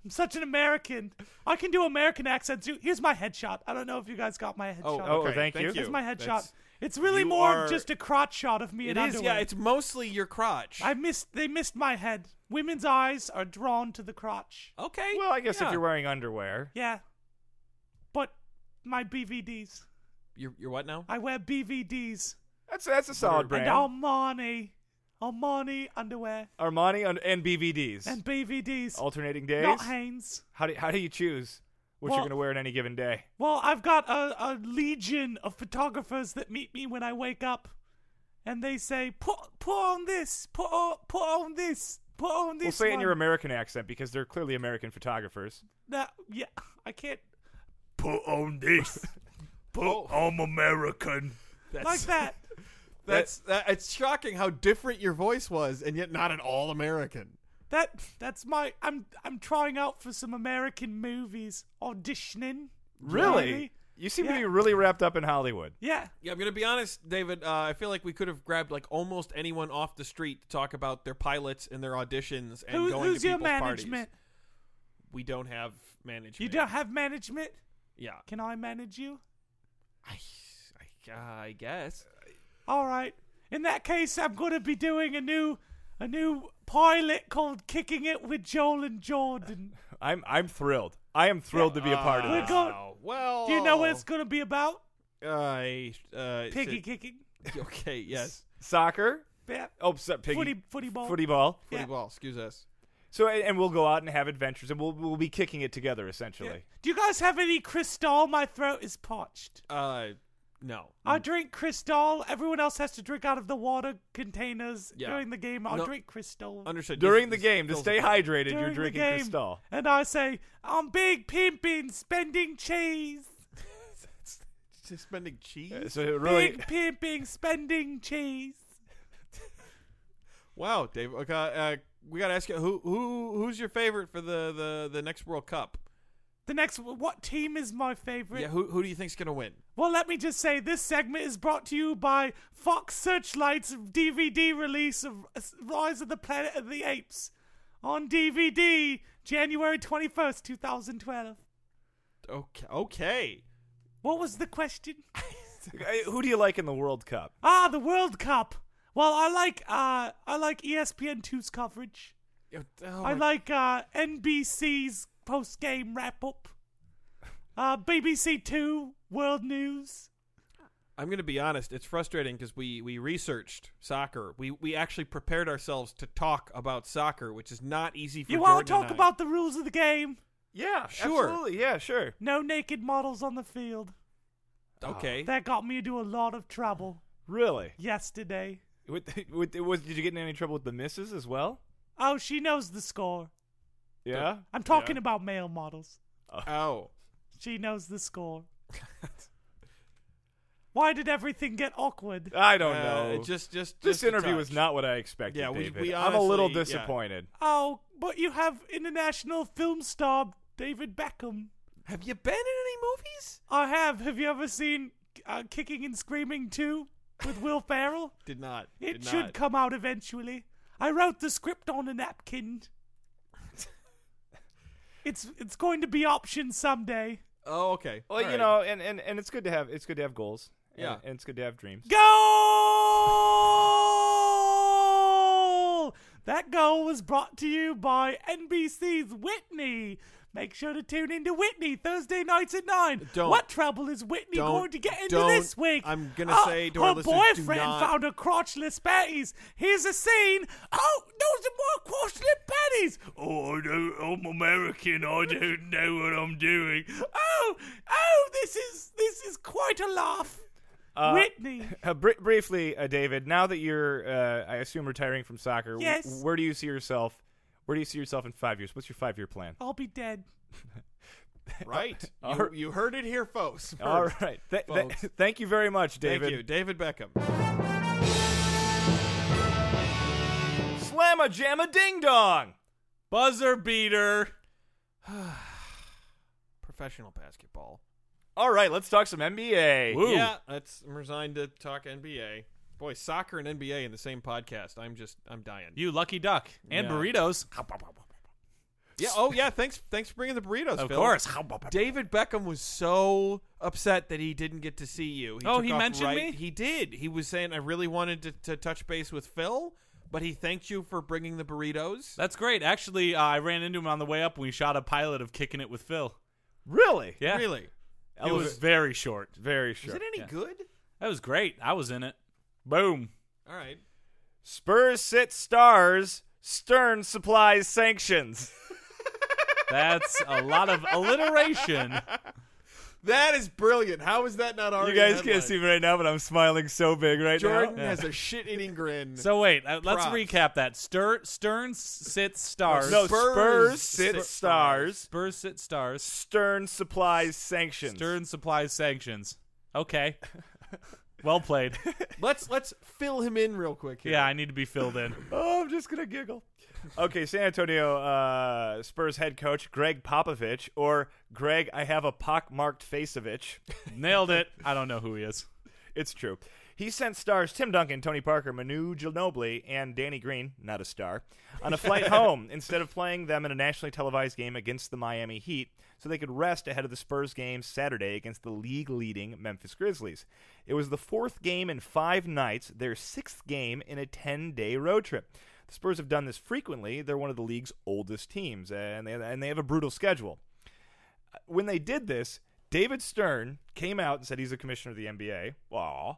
Speaker 4: I'm such an American. I can do American accents. You- Here's my headshot. I don't know if you guys got my headshot.
Speaker 1: oh, okay. thank you.
Speaker 4: Here's my headshot.
Speaker 3: That's-
Speaker 4: It's really
Speaker 3: you
Speaker 4: more
Speaker 3: are-
Speaker 4: of just a crotch shot of me
Speaker 3: It
Speaker 4: in
Speaker 3: is.
Speaker 4: underwear.
Speaker 3: Yeah, it's mostly your crotch.
Speaker 4: I missed. They missed my head. Women's eyes are drawn to the crotch.
Speaker 3: okay.
Speaker 1: well, I guess
Speaker 3: yeah.
Speaker 1: if you're wearing underwear,
Speaker 4: Yeah, but my BVDs.
Speaker 3: you're, you're what now?
Speaker 4: I wear BVDs
Speaker 1: that's that's a solid brand.
Speaker 4: and Armani, Armani underwear
Speaker 1: Armani and, and BVDs.
Speaker 4: and BVDs.
Speaker 1: alternating days.
Speaker 4: not Hanes.
Speaker 1: How do how do you choose what you're
Speaker 4: Well-
Speaker 1: going to wear on any given day?
Speaker 4: Well, I've got a, a legion of photographers that meet me when I wake up, and they say, "Put put on this. Put on, put on this. Put on this."
Speaker 1: We'll say it in
Speaker 4: one."
Speaker 1: your American accent because they're clearly American photographers.
Speaker 4: Nah, yeah, I can't
Speaker 5: Put on this. Put I'm American.
Speaker 3: That's,
Speaker 4: like that.
Speaker 3: That's that, it's shocking how different your voice was, and yet not at all American.
Speaker 4: That that's my I'm I'm trying out for some American movies auditioning. Really?
Speaker 1: You seem to
Speaker 4: Yeah.
Speaker 1: be really wrapped up in Hollywood.
Speaker 4: Yeah.
Speaker 3: Yeah, I'm gonna be honest, David. Uh, I feel like we could have grabbed like almost anyone off the street to talk about their pilots and their auditions and
Speaker 4: Who,
Speaker 3: going
Speaker 4: who's
Speaker 3: to
Speaker 4: your
Speaker 3: people's
Speaker 4: management?
Speaker 3: parties. We don't have management.
Speaker 4: You don't have management?
Speaker 3: Yeah.
Speaker 4: Can I manage you?
Speaker 3: I, I, I guess.
Speaker 4: All right. In that case, I'm going to be doing a new a new pilot called Kicking It with Joel and Jordan.
Speaker 1: I'm I'm thrilled. I am thrilled to be a part of
Speaker 4: We're
Speaker 1: this.
Speaker 4: go-
Speaker 3: Oh, well,
Speaker 4: Do you know what
Speaker 1: Oh.
Speaker 4: it's going to be about?
Speaker 3: I uh,
Speaker 4: Piggy kicking.
Speaker 3: Okay. Yes.
Speaker 1: Soccer.
Speaker 4: Yeah.
Speaker 1: Oh, so, piggy,
Speaker 4: Footy footy ball.
Speaker 1: footy ball.
Speaker 4: Yeah.
Speaker 3: Footy ball. Excuse us.
Speaker 1: So and and we'll go out and have adventures and we'll we'll be kicking it together essentially.
Speaker 4: Yeah. Do you guys have any Cristal? My throat is parched.
Speaker 3: Uh, no.
Speaker 4: I
Speaker 1: Mm.
Speaker 4: drink Cristal. Everyone else has to drink out of the water containers
Speaker 3: Yeah.
Speaker 4: during the game. I
Speaker 3: No.
Speaker 4: drink Cristal.
Speaker 3: Understood.
Speaker 1: During the
Speaker 3: This-
Speaker 1: game to
Speaker 3: this
Speaker 1: stay
Speaker 3: feels-
Speaker 1: hydrated,
Speaker 4: during
Speaker 1: you're drinking
Speaker 4: the game,
Speaker 1: Cristal.
Speaker 4: And I say, I'm big pimping, spending cheese.
Speaker 3: Just spending cheese.
Speaker 1: Uh, So it really,
Speaker 4: Big pimping, spending cheese.
Speaker 3: Wow, Dave. Okay, uh, we gotta ask you who who who's your favorite for the the, the next World Cup?
Speaker 4: The next, what team is my favorite?
Speaker 3: Yeah, who who do you think's gonna win?
Speaker 4: Well, let me just say this segment is brought to you by Fox Searchlight's DVD release of Rise of the Planet of the Apes on DVD, January 21st, 2012.
Speaker 3: Okay, okay.
Speaker 4: What was the question?
Speaker 1: Uh, who do you like in the World Cup?
Speaker 4: Ah, the World Cup. Well, I like uh, I like ESPN2's coverage.
Speaker 3: Oh, oh
Speaker 4: I
Speaker 3: my-
Speaker 4: like uh, NBC's post game wrap up. Uh, BBC Two World News.
Speaker 3: I'm gonna be honest. It's frustrating because we we researched soccer. We we actually prepared ourselves to talk about soccer, which is not easy for
Speaker 4: you
Speaker 3: want to
Speaker 4: talk about the rules of the game?
Speaker 1: Yeah,
Speaker 3: Sure.
Speaker 1: absolutely. Yeah, sure.
Speaker 4: No naked models on the field.
Speaker 3: Oh. Okay.
Speaker 4: That got me into a lot of trouble
Speaker 1: Really.
Speaker 4: yesterday.
Speaker 1: With, with, was, did you get in any trouble with the misses as well?
Speaker 4: Oh, she knows the score.
Speaker 1: Yeah.
Speaker 4: I'm talking about male models.
Speaker 3: oh.
Speaker 4: She knows the score.
Speaker 2: Why did everything get awkward?
Speaker 1: I don't
Speaker 3: Uh,
Speaker 1: know.
Speaker 3: it just, just,
Speaker 1: Oh, this
Speaker 3: just a
Speaker 1: interview
Speaker 3: touch.
Speaker 1: was not what I expected.
Speaker 3: Yeah, we-
Speaker 1: David.
Speaker 3: we
Speaker 1: I'm a little
Speaker 3: honestly- yeah.
Speaker 1: disappointed.
Speaker 2: Oh, but you have international film star David Beckham.
Speaker 3: Have you been in any movies?
Speaker 2: I have. Have you ever seen uh, Kicking and Screaming 2 with Will Ferrell?
Speaker 3: Did not.
Speaker 2: It
Speaker 3: Did
Speaker 2: should
Speaker 3: not.
Speaker 2: come out eventually. I wrote the script on a napkin. it's it's going to be optioned someday.
Speaker 3: Oh, okay.
Speaker 1: Well,
Speaker 3: All
Speaker 1: you
Speaker 3: right.
Speaker 1: know, and, and and it's good to have it's good to have goals. and-
Speaker 3: Yeah.
Speaker 1: and it's good to have dreams.
Speaker 2: Goal! That goal was brought to you by NBC's Whitney. Make sure to tune into Whitney Thursday nights at nine.
Speaker 3: Uh, Don't.
Speaker 2: what trouble is Whitney
Speaker 3: Don't.
Speaker 2: going to get into
Speaker 3: Don't.
Speaker 2: this week?
Speaker 3: I'm gonna
Speaker 2: Oh,
Speaker 3: say to
Speaker 2: her
Speaker 3: our listeners, do
Speaker 2: boyfriend
Speaker 3: not-
Speaker 2: found a crotchless panties. Here's a scene. Oh, those are more crotchless panties.
Speaker 4: Oh, I don't, I'm American. I don't know what I'm doing.
Speaker 2: Oh, oh, this is this is quite a laugh. Whitney.
Speaker 1: Uh, br- briefly, uh, David. Now that you're, uh, I assume, retiring from soccer. w-
Speaker 2: Yes.
Speaker 1: where do you see yourself? Where do you see yourself in five years? What's your five-year plan?
Speaker 2: I'll be dead.
Speaker 3: right?
Speaker 1: All
Speaker 3: You,
Speaker 1: right.
Speaker 3: you heard it here, folks.
Speaker 1: All
Speaker 3: First.
Speaker 1: right. Th- th-
Speaker 3: folks.
Speaker 1: thank you very much,
Speaker 3: Thank
Speaker 1: David.
Speaker 3: you, David Beckham.
Speaker 1: Slam a jam a ding dong.
Speaker 2: Buzzer beater.
Speaker 3: Professional basketball.
Speaker 1: All right, let's talk some NBA.
Speaker 2: Woo.
Speaker 3: Yeah, that's I'm resigned to talk NBA. Boy, soccer and NBA in the same podcast. I'm just I'm dying.
Speaker 2: You lucky duck. And
Speaker 3: Yeah.
Speaker 2: burritos.
Speaker 3: yeah. Oh yeah. Thanks. Thanks for bringing the burritos.
Speaker 2: Of
Speaker 3: Phil.
Speaker 2: course.
Speaker 3: David Beckham was so upset that he didn't get to see you.
Speaker 2: Oh,
Speaker 3: took
Speaker 2: he
Speaker 3: off
Speaker 2: mentioned me?
Speaker 3: right- He did. He was saying I really wanted to, to touch base with Phil, but he thanked you for bringing the burritos.
Speaker 2: That's great. Actually, uh, I ran into him on the way up when we shot a pilot of Kicking It with Phil.
Speaker 1: Really?
Speaker 2: Yeah.
Speaker 3: Really?
Speaker 2: It was very short.
Speaker 1: very
Speaker 3: Is
Speaker 1: sure.
Speaker 3: it any good?
Speaker 2: That was great. I was in it. Boom.
Speaker 3: All right.
Speaker 1: Spurs sit stars. Stern supplies sanctions.
Speaker 2: That's a lot of alliteration.
Speaker 3: That is brilliant. How is that not already?
Speaker 1: You guys
Speaker 3: a
Speaker 1: can't
Speaker 3: headline?
Speaker 1: see me right now, but I'm smiling so big right
Speaker 3: Jordan
Speaker 1: now.
Speaker 3: has a shit-eating grin.
Speaker 2: So wait, uh, let's
Speaker 3: Props.
Speaker 2: recap that. Stir, Stern sits stars.
Speaker 1: No,
Speaker 3: Spurs
Speaker 1: Spurs,
Speaker 3: sit
Speaker 1: sit
Speaker 3: stars.
Speaker 1: stars.
Speaker 2: Spurs sit stars.
Speaker 1: Stern supplies sanctions.
Speaker 2: Stern supplies sanctions. Okay. Well played.
Speaker 3: let's let's fill him in real quick. Here.
Speaker 2: Yeah, I need to be filled in.
Speaker 1: Oh, I'm just gonna giggle. Okay, San Antonio uh, Spurs head coach Greg Popovich, or Greg, I have a pockmarked faceovich.
Speaker 2: Nailed it. I don't know who he is.
Speaker 1: It's true. He sent stars Tim Duncan, Tony Parker, Manu Ginobili, and Danny Green, not a star, on a flight home instead of playing them in a nationally televised game against the Miami Heat so they could rest ahead of the Spurs game Saturday against the league leading Memphis Grizzlies. It was the fourth game in five nights, their sixth game in a 10 day road trip. The Spurs have done this frequently. They're one of the league's oldest teams, and they, and they have a brutal schedule when they did this, David Stern came out and said he's a commissioner of the NBA. Aw.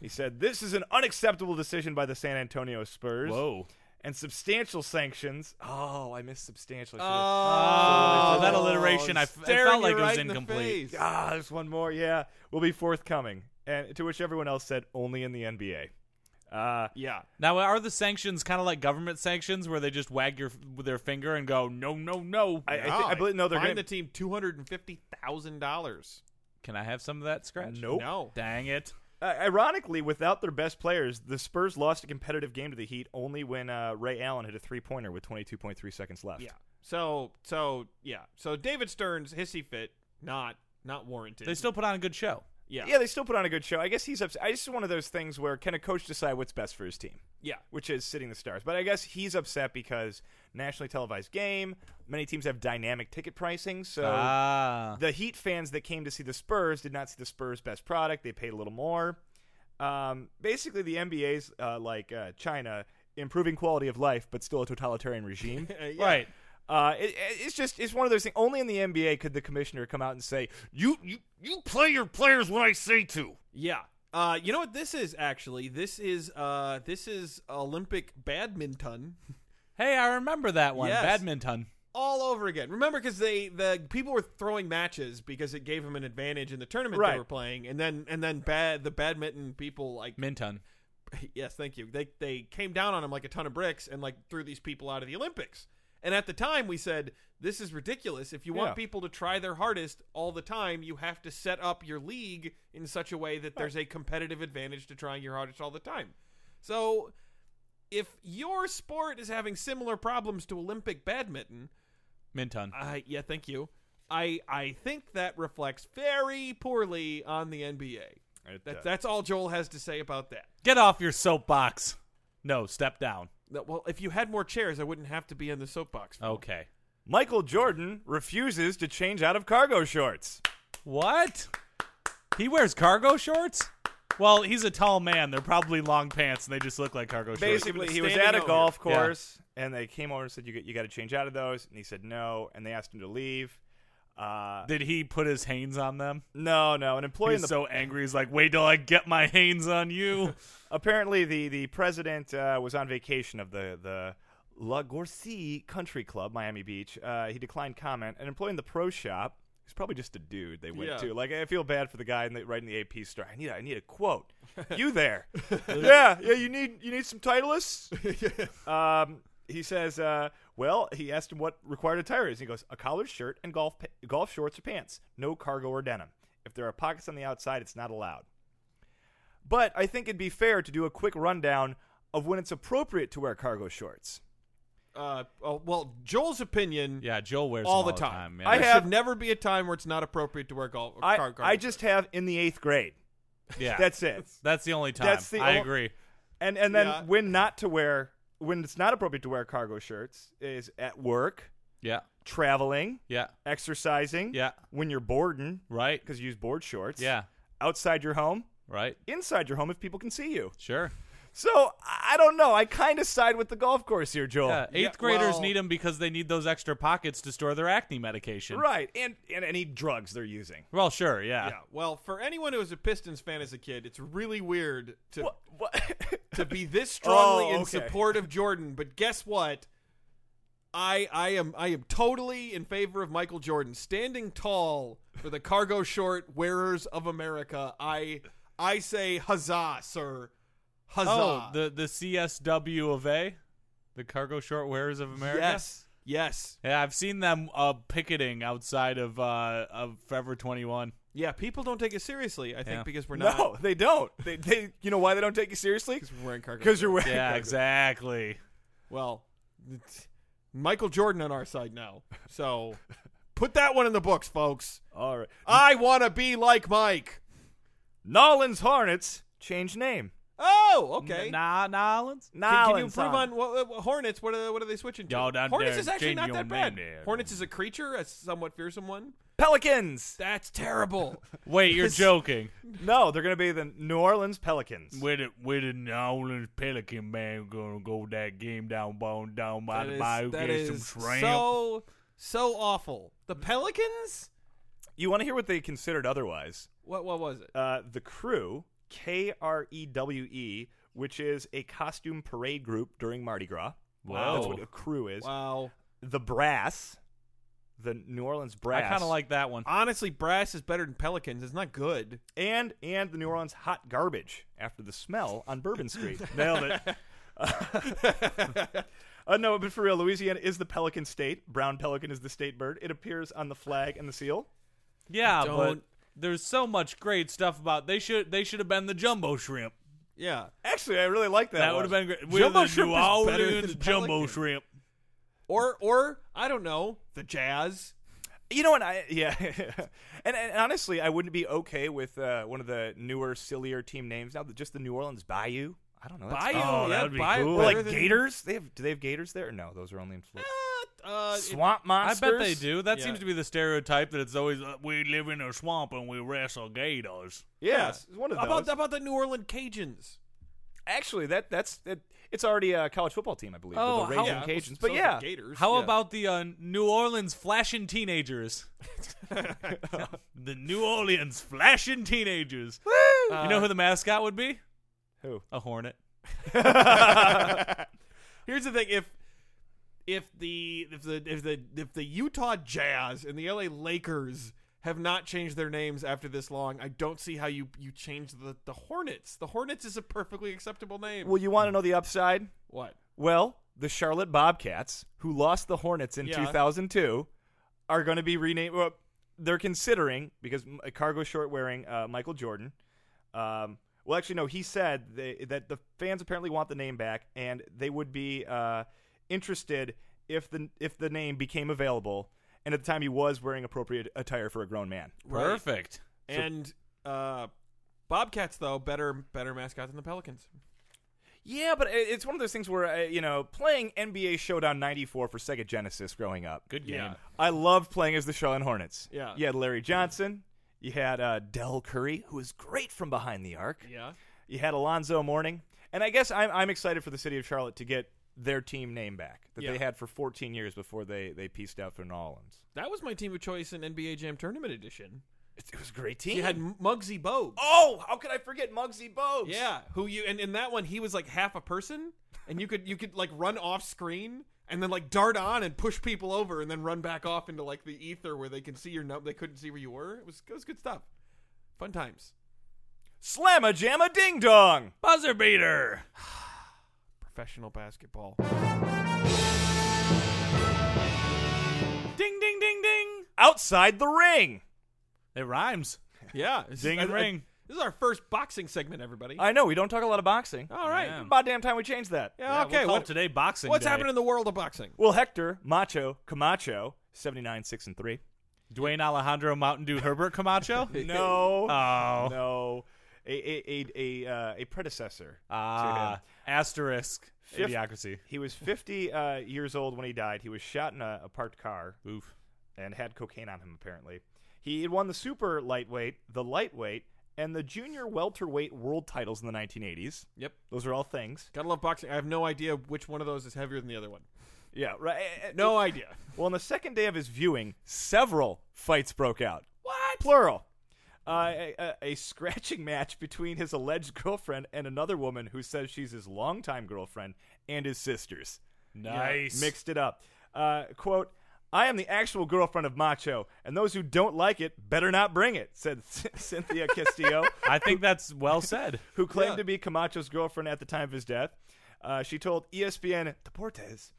Speaker 1: He said, This is an unacceptable decision by the San Antonio Spurs.
Speaker 2: Whoa.
Speaker 1: And substantial sanctions. Oh, I missed substantial. I
Speaker 2: uh,
Speaker 3: Oh,
Speaker 1: should've-
Speaker 2: Oh, that alliteration, I f- I felt
Speaker 3: staring
Speaker 2: like
Speaker 3: you
Speaker 2: it was
Speaker 3: right in the
Speaker 2: incomplete.
Speaker 3: face.
Speaker 1: ah, there's one more. Yeah. Will be forthcoming. And to which everyone else said, Only in the NBA. Uh,
Speaker 3: Yeah.
Speaker 2: Now, are the sanctions kind of like government sanctions where they just wag your their finger and go, no, no, no?
Speaker 1: I, I, think, I believe, no, they're
Speaker 3: Find
Speaker 1: going
Speaker 3: the team two hundred and fifty thousand dollars.
Speaker 2: Can I have some of that scratch?
Speaker 1: Nope.
Speaker 3: No.
Speaker 2: Dang it.
Speaker 1: Uh, ironically, without their best players, the Spurs lost a competitive game to the Heat only when uh, Ray Allen hit a three pointer with 22.3 seconds left.
Speaker 3: Yeah. So so yeah. So David Stern's hissy fit not not warranted.
Speaker 2: They still put on a good show.
Speaker 3: yeah
Speaker 1: Yeah, they still put on a good show. I guess he's upset. I just one of those things where can a coach decide what's best for his team,
Speaker 3: yeah.
Speaker 1: which is sitting the stars. But I guess he's upset because nationally televised game. Many teams have dynamic ticket pricing, so
Speaker 2: Ah.
Speaker 1: the Heat fans that came to see the Spurs did not see the Spurs' best product. They paid a little more. Um, basically, the NBA's uh, like uh, China, improving quality of life, but still a totalitarian regime.
Speaker 3: Uh, yeah.
Speaker 2: Right.
Speaker 1: Uh, it, it's just it's one of those things. Only in the NBA could the commissioner come out and say,
Speaker 4: You, you, you play your players when I say to.
Speaker 3: Yeah. Uh, you know what this is actually? This is uh, this is Olympic badminton
Speaker 2: Hey, I remember that one.
Speaker 3: Yes.
Speaker 2: Badminton.
Speaker 3: all over again. Remember, because they the people were throwing matches because it gave them an advantage in the tournament they
Speaker 1: Right.
Speaker 3: were playing, and then and then bad the badminton people like
Speaker 2: Minton.
Speaker 3: yes, thank you. They they came down on him like a ton of bricks and like threw these people out of the Olympics. And at the time, we said, this is ridiculous. If you
Speaker 1: Yeah.
Speaker 3: want people to try their hardest all the time, you have to set up your league in such a way that there's a competitive advantage to trying your hardest all the time. So if your sport is having similar problems to Olympic badminton,
Speaker 2: Minton.
Speaker 3: uh, yeah, thank you. I, I think that reflects very poorly on the NBA.
Speaker 1: It
Speaker 3: That,
Speaker 1: does.
Speaker 3: That's all Joel has to say about that.
Speaker 2: Get off your soapbox. No, step down.
Speaker 3: That- Well, if you had more chairs, I wouldn't have to be in the soapbox.
Speaker 1: Oh.
Speaker 2: Okay.
Speaker 1: Michael Jordan refuses to change out of cargo shorts.
Speaker 2: What? He wears cargo shorts? Well, he's a tall man. They're probably long pants, and they just look like cargo shorts.
Speaker 1: Basically,
Speaker 3: Even
Speaker 1: he was
Speaker 3: standing
Speaker 1: at a
Speaker 3: over.
Speaker 1: golf
Speaker 2: Yeah.
Speaker 1: course, and they came over and said, "You got- you got to change out of those." And he said, "No," and they asked him to leave. Uh,
Speaker 2: Did he put his Hanes on them?
Speaker 1: no, no. An employee in
Speaker 2: He's
Speaker 1: the
Speaker 2: so angry. He's like, wait till I get my Hanes on you.
Speaker 1: apparently the the president uh, was on vacation of the the La Gorcie Country Club, Miami Beach. Uh, he declined comment. An employee in the pro shop, he's probably just a dude they went
Speaker 3: Yeah.
Speaker 1: to. Like I feel bad for the guy in the, writing the AP story. I need a, I need a quote. you there? yeah, yeah. You need you need some Titleist. Um, he says, uh, well, he asked him what required attire is. He goes, a collared shirt and golf pa- golf shorts or pants, no cargo or denim. If there are pockets on the outside, it's not allowed. But I think it'd be fair to do a quick rundown of when it's appropriate to wear cargo shorts.
Speaker 3: Uh, oh, well, Joel's opinion
Speaker 2: Yeah, Joel wears
Speaker 3: all,
Speaker 2: them
Speaker 3: the time.
Speaker 2: man.
Speaker 1: I
Speaker 3: there
Speaker 1: have-
Speaker 3: should never be a time where it's not appropriate to wear golf.
Speaker 1: I,
Speaker 3: car-
Speaker 1: I just have in the eighth grade.
Speaker 2: yeah,
Speaker 1: That's it.
Speaker 2: that's the only time.
Speaker 1: that's the
Speaker 2: I
Speaker 1: ol-
Speaker 2: agree.
Speaker 1: And and then
Speaker 3: Yeah.
Speaker 1: when not to wear, when it's not appropriate to wear cargo shirts is at work,
Speaker 2: Yeah,
Speaker 1: traveling,
Speaker 2: yeah,
Speaker 1: exercising.
Speaker 2: Yeah.
Speaker 1: When you're boarding,
Speaker 2: right.
Speaker 1: because you use board shorts.
Speaker 2: Yeah,
Speaker 1: Outside your home,
Speaker 2: right.
Speaker 1: inside your home if people can see you.
Speaker 2: Sure.
Speaker 1: So I I don't know. I kind of side with the golf course here, Joel.
Speaker 2: Yeah, eighth
Speaker 3: Oh, yeah,
Speaker 2: graders
Speaker 3: well-
Speaker 2: need them because they need those extra pockets to store their acne medication.
Speaker 1: Right, and and any drugs they're using.
Speaker 2: Well, sure. Yeah.
Speaker 3: yeah. Well, for anyone who was a Pistons fan as a kid, it's really weird to
Speaker 1: What? what?
Speaker 3: to be this strongly
Speaker 1: Oh,
Speaker 3: in
Speaker 1: okay.
Speaker 3: support of Jordan. But guess what? I I am I am totally in favor of Michael Jordan standing tall for the cargo short wearers of America. I I say huzzah, sir. Huzzah.
Speaker 2: Oh, the the CSW of A, the Cargo Short Wearers of America.
Speaker 3: Yes. Yes.
Speaker 2: Yeah, I've seen them uh, picketing outside of uh, of Forever 21.
Speaker 3: Yeah, people don't take it seriously, I think,
Speaker 2: Yeah.
Speaker 3: because we're not
Speaker 1: no, they don't. They, they, you know why they don't take you seriously?
Speaker 3: because we're wearing cargo.
Speaker 1: Because you're wearing.
Speaker 2: Yeah, exactly.
Speaker 3: Well, it's Michael Jordan on our side now. So put that one in the books, folks.
Speaker 1: All right. Uh,
Speaker 3: I want to be like Mike.
Speaker 1: Nolans Hornets change name.
Speaker 3: Oh, okay.
Speaker 2: Nah, Nolans.
Speaker 3: can, can you
Speaker 1: Nolans
Speaker 3: improve on what, what, Hornets? What are, what are they switching to?
Speaker 2: Y'all down
Speaker 3: Hornets
Speaker 2: there
Speaker 3: is actually
Speaker 2: change
Speaker 3: not
Speaker 2: your
Speaker 3: that bad.
Speaker 2: name there.
Speaker 3: Hornets is a creature, a somewhat fearsome one.
Speaker 1: Pelicans.
Speaker 3: That's terrible.
Speaker 2: Wait, you're
Speaker 3: It's-
Speaker 2: joking.
Speaker 1: No, they're gonna be the New Orleans Pelicans.
Speaker 4: With it, with it, New Orleans Pelican man gonna go that game down, bone down by
Speaker 3: that
Speaker 4: the
Speaker 3: is,
Speaker 4: bayou,
Speaker 3: that
Speaker 4: get
Speaker 3: is
Speaker 4: some shrimp.
Speaker 3: so so awful. The Pelicans?
Speaker 1: You want to hear what they considered otherwise?
Speaker 3: What what was it?
Speaker 1: Uh, the Crew, K R E W E, which is a costume parade group during Mardi Gras.
Speaker 2: Wow.
Speaker 1: that's what a crew is.
Speaker 3: Wow.
Speaker 1: The Brass, the New Orleans
Speaker 2: I
Speaker 1: Brass.
Speaker 2: kind of like that one.
Speaker 3: Honestly, brass is better than pelicans. It's not good.
Speaker 1: and and the New Orleans hot garbage after the smell on Bourbon Street.
Speaker 2: Nailed it.
Speaker 1: uh, no, but for real, Louisiana is the pelican state. Brown pelican is the state bird. It appears on the flag and the seal.
Speaker 2: Yeah, but
Speaker 3: Don't-
Speaker 2: there's so much great stuff about. They should they should have been the jumbo shrimp.
Speaker 3: Yeah.
Speaker 1: Actually, I really like that.
Speaker 2: That
Speaker 1: one.
Speaker 2: would have been great.
Speaker 3: Jumbo
Speaker 2: We're the
Speaker 3: shrimp
Speaker 2: New
Speaker 3: is better
Speaker 2: Orleans
Speaker 3: than
Speaker 2: jumbo
Speaker 3: pelican.
Speaker 2: shrimp.
Speaker 3: Or or I don't know, the jazz.
Speaker 1: You know what? I yeah, and, and honestly, I wouldn't be okay with uh, one of the newer, sillier team names now. Just the New Orleans Bayou. I don't know. That's-
Speaker 3: Bayou,
Speaker 2: Oh, that
Speaker 3: yeah,
Speaker 2: would be
Speaker 3: Bayou-
Speaker 2: cool.
Speaker 1: Or
Speaker 3: better
Speaker 1: like
Speaker 3: than-
Speaker 1: Gators. They have. Do they have Gators there? No, those are only in Florida.
Speaker 3: Uh, it-
Speaker 1: Swamp
Speaker 2: I
Speaker 1: monsters.
Speaker 2: bet they do. That
Speaker 3: Yeah.
Speaker 2: seems to be the stereotype that it's always uh,
Speaker 4: we live in a swamp and we wrestle gators.
Speaker 1: Yes, it's one of
Speaker 3: How
Speaker 1: those.
Speaker 3: about how about the New Orleans Cajuns?
Speaker 1: Actually, that that's it, it's already a college football team, I believe.
Speaker 2: Oh,
Speaker 1: the
Speaker 2: how-
Speaker 1: Raging
Speaker 2: Yeah,
Speaker 1: Cajuns.
Speaker 3: so
Speaker 1: but
Speaker 3: is the
Speaker 1: yeah,
Speaker 3: Gators.
Speaker 2: How
Speaker 3: yeah.
Speaker 2: about the uh, New Orleans flashing teenagers?
Speaker 4: The New Orleans flashing teenagers.
Speaker 2: you know who the mascot would be?
Speaker 1: Who?
Speaker 2: A hornet.
Speaker 3: Here's the thing: if if the if the if the if the Utah Jazz and the LA Lakers have not changed their names after this long, I don't see how you you change the the Hornets. The Hornets is a perfectly acceptable name.
Speaker 1: Well, you want to know the upside?
Speaker 3: what?
Speaker 1: Well, the Charlotte Bobcats, who lost the Hornets in
Speaker 3: Yeah.
Speaker 1: 2002, are going to be renamed. Well, they're considering because m- cargo short wearing uh, Michael Jordan. Um, well, actually, no. He said they, that the fans apparently want the name back, and they would be uh, interested if the if the name became available. And at the time, he was wearing appropriate attire for a grown man.
Speaker 2: Perfect.
Speaker 3: And uh, Bobcats though better better mascot than the Pelicans.
Speaker 1: Yeah, but i- it's one of those things where uh, you know playing NBA Showdown '94 for Sega Genesis growing up.
Speaker 2: Good game.
Speaker 1: I loved playing as the Charlotte Hornets.
Speaker 3: Yeah.
Speaker 1: You had Larry Johnson. You had uh, Dell Curry, who was great from behind the arc.
Speaker 3: Yeah.
Speaker 1: You had Alonzo Mourning. And I guess I'm, I'm excited for the city of Charlotte to get their team name back that
Speaker 3: Yeah.
Speaker 1: they had for 14 years before they, they pieced out for New Orleans.
Speaker 3: That was my team of choice in NBA Jam Tournament Edition.
Speaker 1: It, it was a great team.
Speaker 3: You had Muggsy Bogues.
Speaker 1: oh, how could I forget Muggsy Bogues?
Speaker 3: Yeah, who you and in that one he was like half a person, and you could you could like run off screen and then like dart on and push people over and then run back off into like the ether where they can see your num they couldn't see where you were. It was it was good stuff, fun times.
Speaker 1: Slamma Jamma Ding Dong.
Speaker 2: Buzzer beater.
Speaker 3: Professional basketball.
Speaker 2: Ding ding ding ding.
Speaker 1: Outside the ring.
Speaker 2: It rhymes.
Speaker 3: Yeah, this is-
Speaker 2: Ding and
Speaker 3: I- I-
Speaker 2: ring. Uh,
Speaker 3: This is our first boxing segment, everybody.
Speaker 1: I know, we don't talk a lot of boxing.
Speaker 3: All right.
Speaker 2: Yeah.
Speaker 1: About damn time we changed that.
Speaker 3: Yeah,
Speaker 2: Yeah,
Speaker 3: okay.
Speaker 2: We'll call
Speaker 3: what-
Speaker 2: today boxing.
Speaker 3: what's
Speaker 2: Day.
Speaker 3: happening in the world of boxing?
Speaker 1: Well, Hector, Macho, Camacho, 79, 6, and 3.
Speaker 2: Dwayne Alejandro Mountain Dew Herbert Camacho?
Speaker 1: No.
Speaker 2: Oh.
Speaker 1: No. A a a a, uh, a predecessor.
Speaker 2: Ah.
Speaker 1: him.
Speaker 2: asterisk.
Speaker 1: Fifth-
Speaker 2: Idiocracy.
Speaker 1: He was 50 uh, years old when he died. He was shot in a, a parked car
Speaker 2: Oof.
Speaker 1: and had cocaine on him. Apparently, he had won the super lightweight, the lightweight, and the junior welterweight world titles in the 1980s.
Speaker 3: Yep.
Speaker 1: Those are all things.
Speaker 3: Gotta love boxing. I have no idea which one of those is heavier than the other one.
Speaker 1: Yeah. Right. eh, eh,
Speaker 3: No idea.
Speaker 1: Well, on the second day of his viewing, several fights broke out.
Speaker 3: What?
Speaker 1: plural. Uh, a, a, a scratching match between his alleged girlfriend and another woman who says she's his longtime girlfriend and his sisters.
Speaker 2: Nice.
Speaker 1: Mixed it up. Uh, quote, I am the actual girlfriend of Macho, and those who don't like it better not bring it, said Cynthia Castillo,
Speaker 2: I think that's well said.
Speaker 1: who claimed
Speaker 3: Yeah.
Speaker 1: to be Camacho's girlfriend at the time of his death. Uh, she told ESPN Deportes,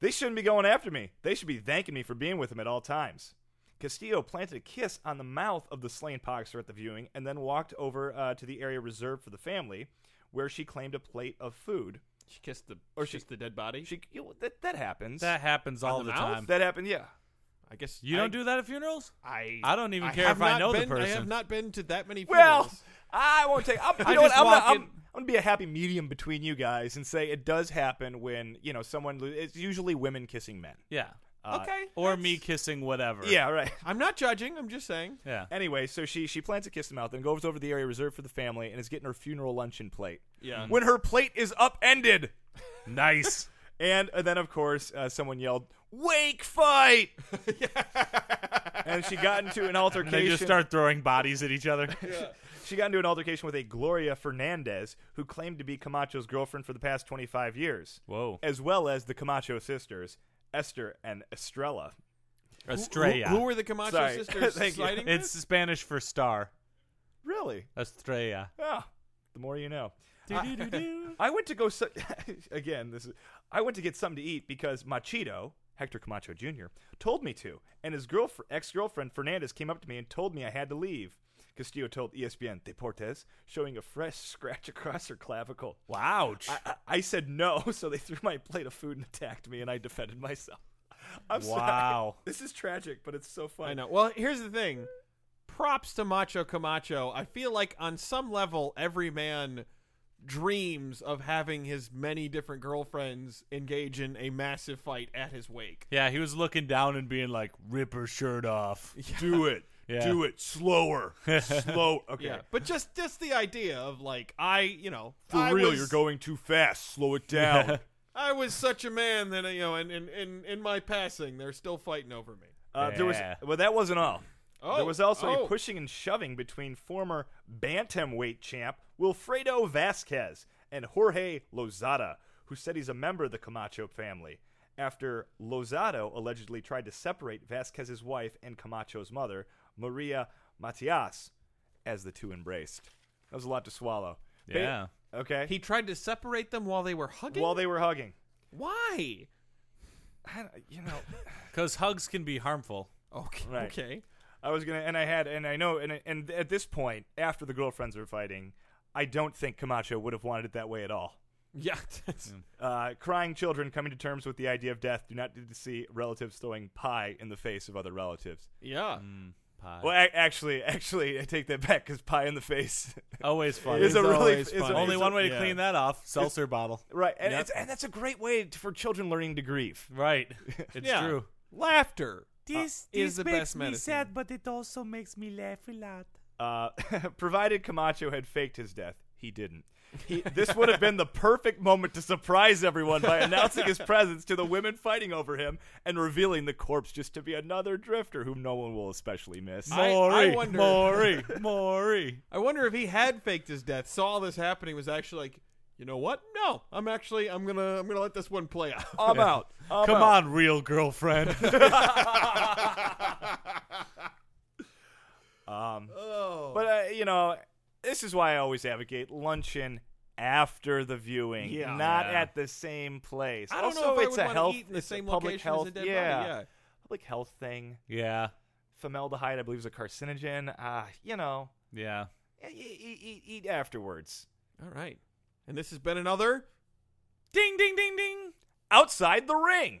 Speaker 1: they shouldn't be going after me. They should be thanking me for being with him at all times. Castillo planted a kiss on the mouth of the slain boxer at the viewing and then walked over uh, to the area reserved for the family, where she claimed a plate of food.
Speaker 3: She kissed the
Speaker 1: Or
Speaker 3: or
Speaker 1: she-
Speaker 3: kissed the dead body.
Speaker 1: She, you know, that, that happens.
Speaker 2: That happens all
Speaker 3: the
Speaker 2: the,
Speaker 3: mouth?
Speaker 2: time.
Speaker 1: that happened, yeah.
Speaker 3: I guess
Speaker 2: You don't
Speaker 3: I-
Speaker 2: do that at funerals?
Speaker 3: I
Speaker 2: I don't even care
Speaker 3: have
Speaker 2: if I
Speaker 3: not
Speaker 2: know the
Speaker 3: been- I have
Speaker 2: person.
Speaker 3: not been to that many
Speaker 1: Well,
Speaker 3: funerals.
Speaker 1: I won't take. I'm, you
Speaker 3: I
Speaker 1: know what,
Speaker 3: just
Speaker 1: I'm, gonna,
Speaker 3: walk
Speaker 1: I'm,
Speaker 3: in-
Speaker 1: I'm gonna be a happy medium between you guys and say it does happen when you know someone. lo- It's usually women kissing men.
Speaker 2: Yeah.
Speaker 1: Uh,
Speaker 3: okay.
Speaker 2: Or
Speaker 3: that's-
Speaker 2: me kissing whatever.
Speaker 1: Yeah, right.
Speaker 3: I'm not judging. I'm just saying.
Speaker 2: Yeah.
Speaker 1: Anyway, so she she plants a kiss in the mouth and goes over to the area reserved for the family and is getting her funeral luncheon plate.
Speaker 3: Yeah.
Speaker 1: When her plate is upended,
Speaker 2: Nice.
Speaker 1: and uh, then of course uh, someone yelled, "Wake fight!" and she got into an
Speaker 2: And they
Speaker 1: altercation.
Speaker 2: just start throwing bodies at each other.
Speaker 1: She got into an altercation with a Gloria Fernandez, who claimed to be Camacho's girlfriend for the past 25 years,
Speaker 2: Whoa.
Speaker 1: as well as the Camacho sisters, Esther and Estrella.
Speaker 2: Estrella.
Speaker 3: Who, who were the Camacho
Speaker 1: Sorry.
Speaker 3: sisters
Speaker 1: Thank you.
Speaker 3: sliding with?
Speaker 2: it's Spanish for star.
Speaker 1: Really?
Speaker 2: Estrella.
Speaker 1: Ah, the more you know.
Speaker 2: Do-do-do-do.
Speaker 1: I went to go so- again. This is I went to get something to eat because Machito Hector Camacho Jr. told me to, and his girlf- ex girlfriend Fernandez came up to me and told me I had to leave. Castillo told E ESPN Deportes, showing a fresh scratch across her clavicle.
Speaker 2: Wouch.
Speaker 1: I, I said no, so they threw my plate of food and attacked me, and I defended myself. I'm sorry.
Speaker 2: Wow.
Speaker 1: This is tragic, but it's so funny.
Speaker 3: I know. Well, here's the thing. Props to Macho Camacho. I feel like on some level, every man dreams of having his many different girlfriends engage in a massive fight at his wake.
Speaker 2: Yeah, he was looking down and being like, rip her shirt off.
Speaker 3: Uh,
Speaker 1: Do it.
Speaker 2: Yeah.
Speaker 1: Do it slower. Slow. Okay.
Speaker 3: Yeah, but just just the idea of like I, you know,
Speaker 1: For
Speaker 3: I
Speaker 1: real,
Speaker 3: was-
Speaker 1: you're going too fast. Slow it down.
Speaker 3: I was such a man that you know, and in, in in my passing, they're still fighting over me.
Speaker 1: Uh, There was,
Speaker 2: Yeah.
Speaker 1: well, that wasn't all.
Speaker 3: Oh,
Speaker 1: there was also
Speaker 3: oh.
Speaker 1: a pushing and shoving between former bantamweight champ Wilfredo Vasquez and Jorge Lozada, who said he's a member of the Camacho family. After Lozado allegedly tried to separate Vasquez's wife and Camacho's mother, Maria Matias, as the two embraced. That was a lot to swallow. Ba-
Speaker 2: Yeah.
Speaker 1: okay.
Speaker 3: He tried to separate them while they were hugging.
Speaker 1: While they were hugging.
Speaker 3: Why?
Speaker 1: I, don't- you know,
Speaker 2: Because hugs can be harmful.
Speaker 3: Okay.
Speaker 1: Right.
Speaker 3: Okay.
Speaker 1: I was gonna, and I had, and I know, and I- and at this point, after the girlfriends were fighting, I don't think Camacho would have wanted it that way at all.
Speaker 3: Yeah. that's-
Speaker 1: Uh, crying children coming to terms with the idea of death do not need to see relatives throwing pie in the face of other relatives.
Speaker 3: yeah.
Speaker 1: Mm,
Speaker 2: Pie.
Speaker 1: Well, a- actually, actually, I take that back because pie in the face
Speaker 2: Always fun.
Speaker 1: is
Speaker 2: There's
Speaker 1: a really
Speaker 3: always
Speaker 1: is a-
Speaker 3: fun.
Speaker 1: is
Speaker 2: Only
Speaker 1: a-
Speaker 2: one way to
Speaker 1: yeah.
Speaker 2: clean that off: seltzer bottle.
Speaker 1: Right, and,
Speaker 2: Yep.
Speaker 1: it's, and that's a great way to, for children learning to grieve.
Speaker 2: Right. It's
Speaker 3: Yeah.
Speaker 2: true.
Speaker 3: Laughter.
Speaker 4: This,
Speaker 3: is the best medicine.
Speaker 4: but it also makes me laugh a lot.
Speaker 1: Uh, provided Camacho had faked his death, he didn't. He, this would have been the perfect moment to surprise everyone by announcing his presence to the women fighting over him and revealing the corpse just to be another drifter whom no one will especially miss.
Speaker 3: I-
Speaker 1: eh,
Speaker 3: I wonder-
Speaker 2: Maury, Maury.
Speaker 3: I wonder if he had faked his death, saw all this happening, was actually like, you know what? No, I'm actually, I'm gonna, I'm gonna let this one play out.
Speaker 1: I'm out. I'm
Speaker 2: Come
Speaker 1: out.
Speaker 2: on, real girlfriend.
Speaker 1: Um,
Speaker 3: Oh.
Speaker 1: but uh, you know, this is why I always advocate luncheon after the viewing,
Speaker 3: Yeah.
Speaker 1: not
Speaker 2: Yeah.
Speaker 1: at the same place.
Speaker 3: I don't
Speaker 1: also,
Speaker 3: know if I
Speaker 1: it's
Speaker 3: would
Speaker 1: a
Speaker 3: wanna
Speaker 1: health,
Speaker 3: eat in the
Speaker 1: it's a
Speaker 3: same
Speaker 1: public
Speaker 3: location as
Speaker 1: health,
Speaker 3: a dead body, yeah.
Speaker 1: public health thing.
Speaker 2: yeah,
Speaker 1: Formaldehyde, I believe, is a carcinogen. Uh, you know,
Speaker 2: yeah.
Speaker 1: e- e- e- eat afterwards.
Speaker 3: all right. And this has been another.
Speaker 1: Ding, ding, ding, ding. Outside the ring.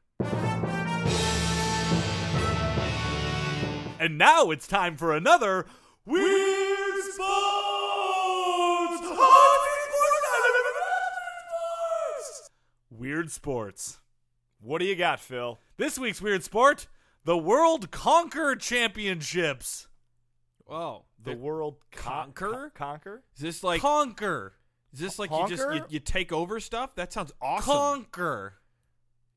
Speaker 2: And now it's time for another Weird Sports! Weird Sports.
Speaker 1: What do you got, Phil?
Speaker 2: This week's Weird Sport the World Conquer Championships.
Speaker 3: Oh,
Speaker 1: The world con-
Speaker 3: conquer?
Speaker 1: con- conquer?
Speaker 3: is this like?
Speaker 2: conquer.
Speaker 3: is this like you just
Speaker 1: Conquer?
Speaker 3: you, you take over stuff? That sounds awesome.
Speaker 2: Conquer.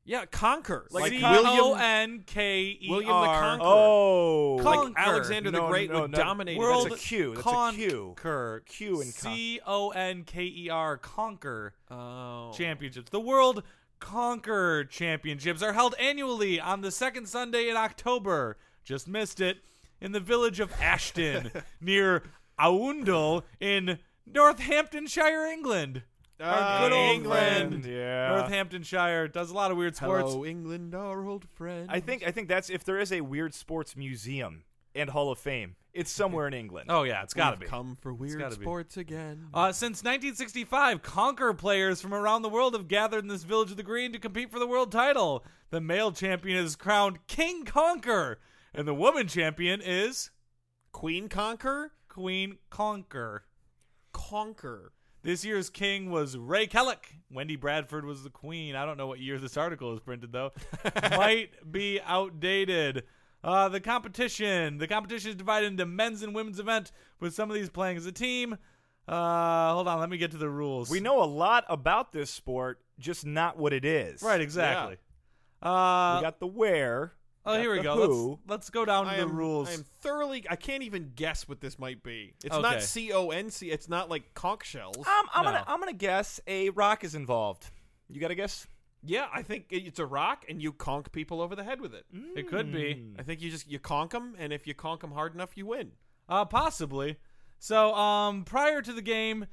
Speaker 3: yeah, conquer.
Speaker 1: Like
Speaker 2: C
Speaker 1: William-
Speaker 2: O N K E R.
Speaker 3: William the Conqueror.
Speaker 1: Oh,
Speaker 2: Con-
Speaker 3: like Alexander the
Speaker 1: No,
Speaker 3: Great
Speaker 1: no,
Speaker 3: would
Speaker 1: no.
Speaker 3: dominate.
Speaker 2: World
Speaker 1: That's a Q. That's a Q.
Speaker 2: Conquer.
Speaker 1: Q and con-
Speaker 2: C O N K E R. Conquer.
Speaker 3: Oh.
Speaker 2: Championships. The World Conquer Championships are held annually on the second Sunday in October. Just missed it. In the village of Ashton, near Aundel in Northamptonshire, England. Our good old
Speaker 3: Uh, England.
Speaker 2: friend,
Speaker 1: Yeah.
Speaker 2: Northamptonshire does a lot of weird sports.
Speaker 3: Hello, England, our old friend.
Speaker 1: I think I think that's if there is a weird sports museum and Hall of Fame, it's somewhere in England.
Speaker 2: Oh yeah, it's
Speaker 3: we've
Speaker 2: gotta be.
Speaker 3: come for weird
Speaker 2: gotta be.
Speaker 3: sports again.
Speaker 2: Uh, since 1965, Conquer players from around the world have gathered in this village of the green to compete for the world title. The male champion is crowned King Conquer, and the woman champion is
Speaker 3: Queen conquer,
Speaker 2: Queen Conquer.
Speaker 3: conquer.
Speaker 2: This year's king was Ray Kellick. Wendy Bradford was the queen. I don't know what year this article is printed though. Might be outdated. Uh, the competition. The competition is divided into men's and women's event, with some of these playing as a team. Uh, hold on, let me get to the rules.
Speaker 1: We know a lot about this sport, just not what it is.
Speaker 2: Right, exactly.
Speaker 1: We
Speaker 2: Uh,
Speaker 1: got the where.
Speaker 2: oh,
Speaker 1: got
Speaker 2: here we
Speaker 1: the
Speaker 2: go.
Speaker 1: who.
Speaker 2: Let's, let's go down to
Speaker 3: I
Speaker 2: the
Speaker 3: am,
Speaker 2: rules.
Speaker 3: I am thoroughly. I can't even guess what this might be. It's
Speaker 2: Okay.
Speaker 3: not C O N C. It's not like conch shells.
Speaker 1: Um, I'm
Speaker 2: No.
Speaker 1: gonna I'm gonna guess a rock is involved. You got to guess.
Speaker 3: yeah, I think it- it's a rock, and you conk people over the head with it.
Speaker 2: it could
Speaker 1: Hmm.
Speaker 2: be.
Speaker 3: I think you just you conk them, and if you conk them hard enough, you win.
Speaker 2: Uh, possibly. So, um, prior to the game,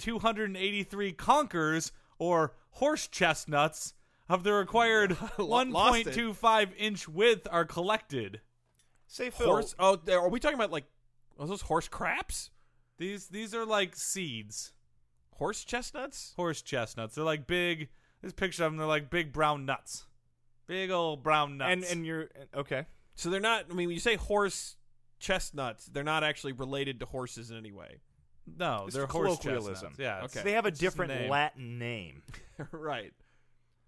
Speaker 2: 2,283 conkers, or horse chestnuts, of the required
Speaker 3: lost
Speaker 2: 1.25 inch width are collected.
Speaker 1: Say Phil.
Speaker 3: Horse. Oh, there- are we talking about like are those horse craps?
Speaker 2: These these are like seeds,
Speaker 3: Horse chestnuts?
Speaker 2: horse chestnuts. They're like big. This picture of them, they're like big brown nuts, big old brown nuts.
Speaker 1: And and you're okay.
Speaker 3: So they're not. I mean, when you say horse chestnuts, they're not actually related to horses in any way.
Speaker 2: no,
Speaker 1: This
Speaker 2: they're
Speaker 1: is
Speaker 2: horse
Speaker 1: colloquialism.
Speaker 2: chestnuts. Yeah, it's-
Speaker 3: Okay.
Speaker 1: They have a
Speaker 2: It's just a
Speaker 1: different
Speaker 2: name.
Speaker 1: Latin name.
Speaker 3: right.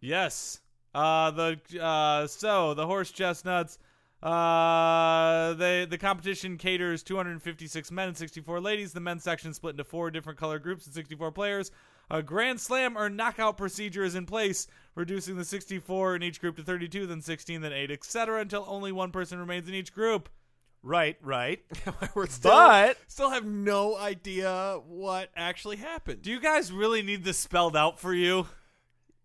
Speaker 2: Yes. Uh, the uh, so the horse chestnuts. Uh, they, the competition caters 256 men and 64 ladies. The men's section split into four different color groups and 64 players. A grand slam or knockout procedure is in place, reducing the 64 in each group to 32, then 16, then 8, etc., until only one person remains in each group.
Speaker 1: Right, right.
Speaker 3: We're still,
Speaker 1: But
Speaker 3: still have no idea what actually happened.
Speaker 2: Do you guys really need this spelled out for you?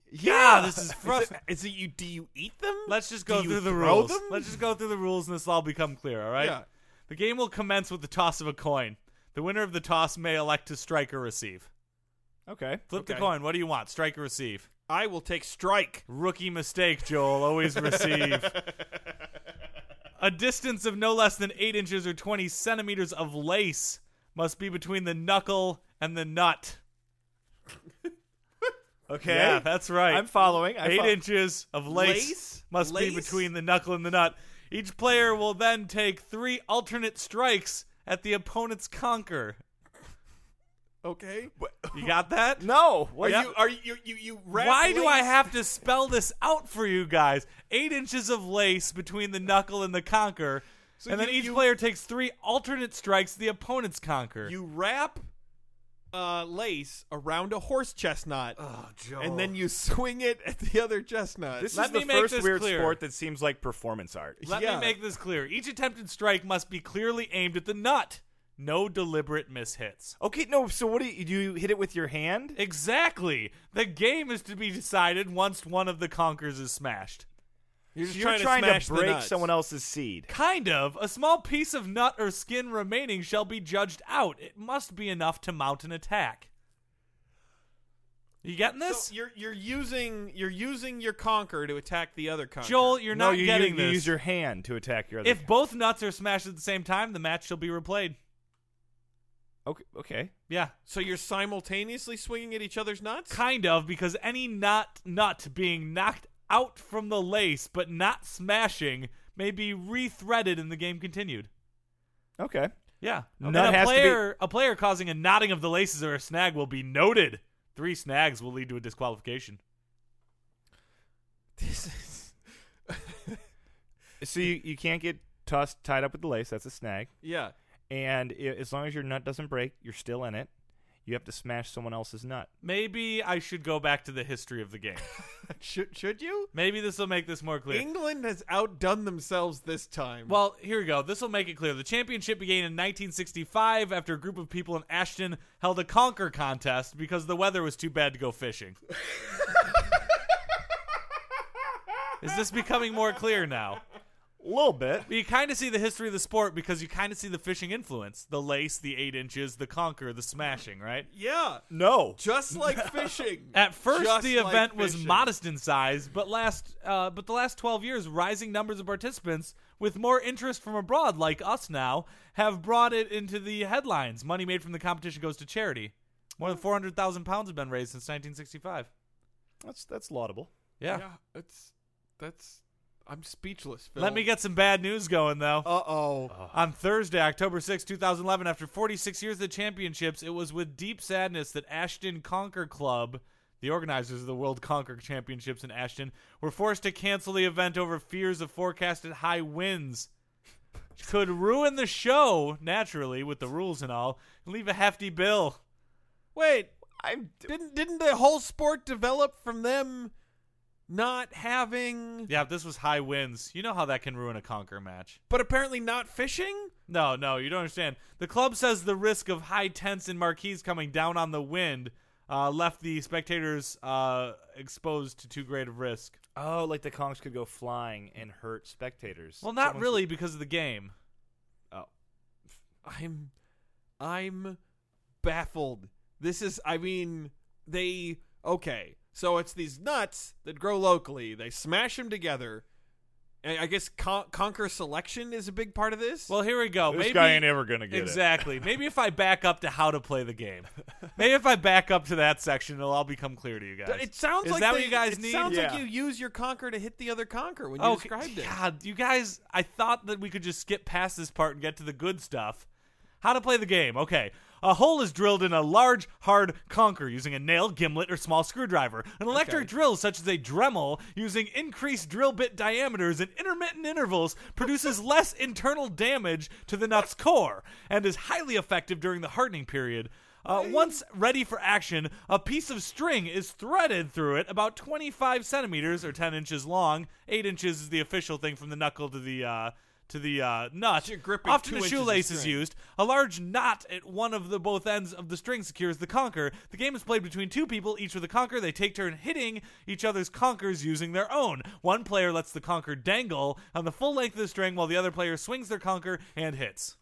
Speaker 1: yeah,
Speaker 2: this is frust-
Speaker 1: Is it you? Do you eat them?
Speaker 2: Let's just go
Speaker 1: Do you
Speaker 2: through the
Speaker 1: throw
Speaker 2: rules.
Speaker 1: them?
Speaker 2: Let's just go through the rules and this will all become clear, all right?
Speaker 3: Yeah.
Speaker 2: The game will commence with the toss of a coin. The winner of the toss may elect to strike or receive.
Speaker 1: Okay.
Speaker 2: Flip the
Speaker 3: Okay.
Speaker 2: coin. What do you want? Strike or receive?
Speaker 3: I will take strike.
Speaker 2: Rookie mistake, Joel. Always receive. a distance of no less than 8 inches or 20 centimeters of lace must be between the knuckle and the nut.
Speaker 1: Okay.
Speaker 2: Yeah, that's right.
Speaker 1: I'm following. I
Speaker 2: Eight
Speaker 1: fo-
Speaker 2: inches of lace,
Speaker 3: Lace?
Speaker 2: must
Speaker 3: Lace?
Speaker 2: be between the knuckle and the nut. Each player will then take three alternate strikes at the opponent's conker.
Speaker 3: Okay.
Speaker 2: You got that?
Speaker 1: No. What?
Speaker 3: Are
Speaker 2: Yeah.
Speaker 3: you are you you you wrap
Speaker 2: Why do I
Speaker 3: lace-
Speaker 2: have to spell this out for you guys? Eight inches of lace between the knuckle and the conker, and then
Speaker 3: you-
Speaker 2: each
Speaker 3: you-
Speaker 2: player takes three alternate strikes at the opponent's conker.
Speaker 3: you wrap uh, lace around a horse chestnut and then you swing it at the other chestnut.
Speaker 1: This
Speaker 2: Let
Speaker 1: is
Speaker 2: me
Speaker 1: the
Speaker 2: make
Speaker 1: first
Speaker 2: this
Speaker 1: weird
Speaker 2: clear.
Speaker 1: sport that seems like performance art.
Speaker 2: Let
Speaker 3: yeah.
Speaker 2: me make this clear. Each attempted strike must be clearly aimed at the nut. No deliberate mishits.
Speaker 1: Okay, no. So what do you do? You hit it with your hand?
Speaker 2: Exactly. The game is to be decided once one of the conkers is smashed.
Speaker 3: you're
Speaker 1: So
Speaker 3: just
Speaker 1: you're
Speaker 3: trying
Speaker 1: trying
Speaker 3: to, smash
Speaker 1: to break
Speaker 3: nuts.
Speaker 1: someone else's seed.
Speaker 2: Kind of. A small piece of nut or skin remaining shall be judged out. It must be enough to mount an attack. You getting
Speaker 3: So
Speaker 2: this?
Speaker 3: you're you're using you're using your conquer to attack the other conquer.
Speaker 2: Joel, you're
Speaker 1: no,
Speaker 2: not
Speaker 1: you,
Speaker 2: getting
Speaker 1: you,
Speaker 2: this.
Speaker 1: You use your hand to attack your other.
Speaker 2: if both nuts are smashed at the same time, the match shall be replayed.
Speaker 1: okay, okay.
Speaker 2: Yeah.
Speaker 3: so you're simultaneously swinging at each other's nuts.
Speaker 2: Kind of, because any not nut being knocked out from the lace but not smashing may be rethreaded and the game continued.
Speaker 1: Okay.
Speaker 2: Yeah.
Speaker 1: Nut
Speaker 2: And a
Speaker 1: has to be-
Speaker 2: player a player causing a knotting of the laces or a snag will be noted. Three snags will lead to a disqualification.
Speaker 3: This is-
Speaker 1: So you, you can't get tossed tied up with the lace. That's a snag.
Speaker 3: yeah.
Speaker 1: And i as long as your nut doesn't break, you're still in it. You have to smash someone else's nut.
Speaker 2: Maybe I should go back to the history of the game.
Speaker 3: Should should you?
Speaker 2: Maybe this will make this more clear.
Speaker 3: England has outdone themselves this time.
Speaker 2: Well, here we go. This will make it clear. The championship began in 1965 after a group of people in Ashton held a conquer contest because the weather was too bad to go fishing. Is this becoming more clear now?
Speaker 1: A little bit.
Speaker 2: But you kind of see the history of the sport because you kind of see the fishing influence the lace, the eight inches, the conquer, the smashing, right?
Speaker 3: yeah.
Speaker 1: No.
Speaker 3: Just like fishing.
Speaker 2: At first,
Speaker 3: Just
Speaker 2: the
Speaker 3: like
Speaker 2: event was
Speaker 3: fishing.
Speaker 2: modest in size, but last, uh, but the last twelve years, rising numbers of participants with more interest from abroad, like us now, have brought it into the headlines. Money made from the competition goes to charity. More than four hundred thousand pounds have been raised since 1965.
Speaker 1: That's that's laudable.
Speaker 2: Yeah.
Speaker 3: Yeah, it's that's. I'm speechless. Phil.
Speaker 2: Let me get some bad news going though.
Speaker 3: Uh oh.
Speaker 2: On Thursday, October 6, 2011, after 46 years of the championships, it was with deep sadness that Ashton Conquer Club, the organizers of the World Conquer Championships in Ashton, were forced to cancel the event over fears of forecasted high winds. which Could ruin the show, naturally, with the rules and all, and leave a hefty bill.
Speaker 3: Wait,
Speaker 1: I'm
Speaker 3: didn't didn't the whole sport develop from them not having?
Speaker 2: Yeah, if this was high winds, you know how that can ruin a Conquer match.
Speaker 3: But apparently not fishing.
Speaker 2: No, no, you don't understand. The club says the risk of high tents and marquees coming down on the wind uh, left the spectators uh, exposed to too great of risk.
Speaker 1: Oh, like the conks could go flying and hurt spectators.
Speaker 2: Well, not
Speaker 1: Someone's-
Speaker 2: really because of the game.
Speaker 1: Oh.
Speaker 3: I'm, I'm baffled. This is. I mean, they okay. So it's these nuts that grow locally. They smash them together. I I guess con- conquer selection is a big part of this.
Speaker 2: Well, here we go.
Speaker 1: This
Speaker 2: Maybe,
Speaker 1: guy ain't ever gonna get it.
Speaker 2: exactly. Maybe if I back up to how to play the game. Maybe if I back up to that section, it'll all become clear to you guys.
Speaker 3: it sounds
Speaker 2: Is
Speaker 3: like
Speaker 2: that
Speaker 3: they-
Speaker 2: what you guys
Speaker 3: it
Speaker 2: need?
Speaker 3: Sounds
Speaker 1: Yeah.
Speaker 3: like you use your conquer to hit the other conquer when you
Speaker 2: Oh
Speaker 3: described it.
Speaker 2: God, you guys, I thought that we could just skip past this part and get to the good stuff. How to play the game. Okay. A hole is drilled in a large, hard conker using a nail, gimlet, or small screwdriver. An electric drill, such as a Dremel, using increased drill bit diameters and intermittent intervals, produces less internal damage to the nut's core and is highly effective during the hardening period. Uh, once ready for action, a piece of string is threaded through it about 25 centimeters or 10 inches long. 8 inches is the official thing from the knuckle to the. Uh, to the uh, nut.
Speaker 3: you're gripping two
Speaker 2: Often a
Speaker 3: inches of
Speaker 2: shoelace is
Speaker 3: string.
Speaker 2: used. A large knot at one of the both ends of the string secures the conker. The game is played between two people, each with a conker. They take turn hitting each other's conkers using their own. One player lets the conker dangle on the full length of the string while the other player swings their conker and hits.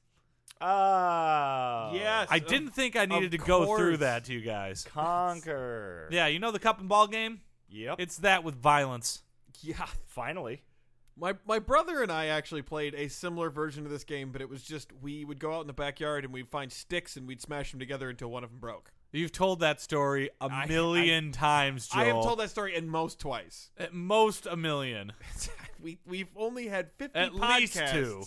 Speaker 1: Ah.
Speaker 3: Yes.
Speaker 2: I
Speaker 3: of-
Speaker 2: didn't think I needed to
Speaker 3: of
Speaker 2: go through
Speaker 3: course.
Speaker 2: that to you guys.
Speaker 1: Conquer.
Speaker 2: Yeah, you know the cup and ball game?
Speaker 1: Yep.
Speaker 2: It's that with violence.
Speaker 3: Yeah.
Speaker 1: finally.
Speaker 3: My my brother and I actually played a similar version of this game, but it was just we would go out in the backyard and we'd find sticks and we'd smash them together until one of them broke.
Speaker 2: You've told that story a
Speaker 1: I-
Speaker 2: million times, Joel.
Speaker 3: I have told that story in most twice.
Speaker 2: at most a million.
Speaker 3: we we've only had fifty
Speaker 2: At least
Speaker 3: podcasts.
Speaker 2: two.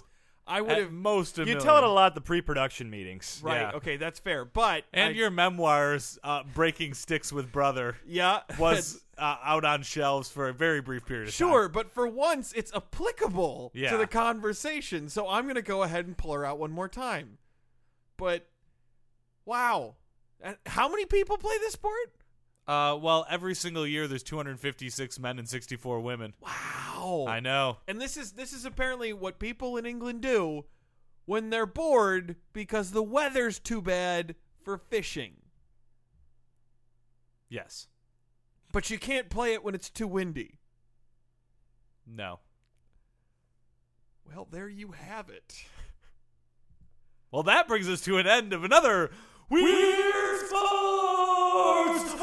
Speaker 3: I would
Speaker 2: At
Speaker 3: have
Speaker 2: most a
Speaker 1: You
Speaker 2: million.
Speaker 1: tell it a lot at the pre-production meetings.
Speaker 3: right.
Speaker 2: yeah.
Speaker 3: Okay, that's fair. But
Speaker 2: And
Speaker 3: I-
Speaker 2: your memoirs, uh, Breaking Sticks with Brother,
Speaker 3: yeah
Speaker 2: was uh, out on shelves for a very brief period of time.
Speaker 3: sure, but for once it's applicable
Speaker 2: Yeah.
Speaker 3: to the conversation. So I'm gonna go ahead and pull her out one more time. But wow, Uh, how many people play this sport?
Speaker 2: Uh, well, every single year there's 256 men and 64 women.
Speaker 3: Wow.
Speaker 2: I know.
Speaker 3: And this is this is apparently what people in England do when they're bored because the weather's too bad for fishing.
Speaker 2: Yes.
Speaker 3: But you can't play it when it's too windy.
Speaker 2: No.
Speaker 3: Well, there you have it.
Speaker 2: Well, that brings us to an end of another Weird Sports.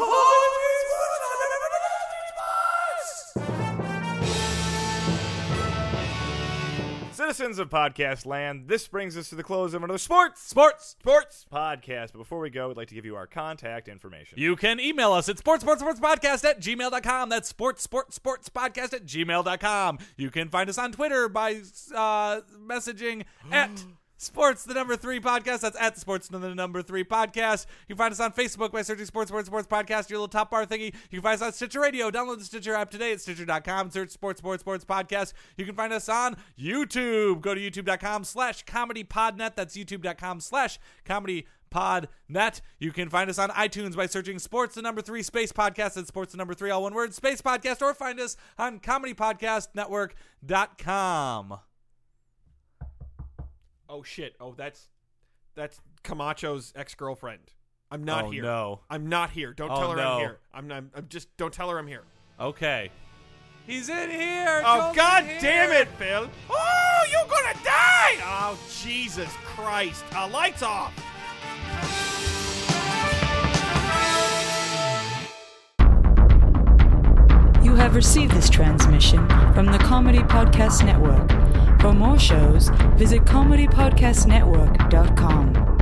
Speaker 1: Citizens of podcast land, this brings us to the close of another sports
Speaker 2: Sports.
Speaker 3: Sports.
Speaker 1: podcast. But before we go, we'd like to give you our contact information.
Speaker 2: You can email us at sports, sports, sports podcast at gmail.com. That's sports, sports, sports podcast at gmail.com. You can find us on Twitter by uh, messaging at sports, the number three podcast. That's at sports, the number three podcast. You can find us on Facebook by searching sports, sports, sports podcast, your little top bar thingy. You can find us on Stitcher Radio. Download the Stitcher app today at stitcher.com. Search sports, sports, sports podcast. You can find us on YouTube. Go to youtube.com slash comedy podnet. That's youtube.com slash comedy podnet. You can find us on iTunes by searching Sports the Number Three Space Podcast and Sports the Number Three, all one word, Space Podcast, or find us on ComedyPodcastNetwork.com.
Speaker 3: Oh shit. Oh, that's that's Camacho's ex-girlfriend. I'm not
Speaker 2: Oh,
Speaker 3: here.
Speaker 2: no.
Speaker 3: I'm not here. Don't
Speaker 2: Oh,
Speaker 3: tell her
Speaker 2: no.
Speaker 3: I'm here. I'm, I'm I'm just don't tell her I'm here.
Speaker 2: Okay. He's in here.
Speaker 3: Oh
Speaker 2: Joel's
Speaker 3: god
Speaker 2: in here.
Speaker 3: damn it, Phil. Oh, you're going to die. Oh, Jesus Christ. Uh, lights off.
Speaker 6: You have received this transmission from the Comedy Podcast Network. For more shows, visit comedypodcastnetwork.com.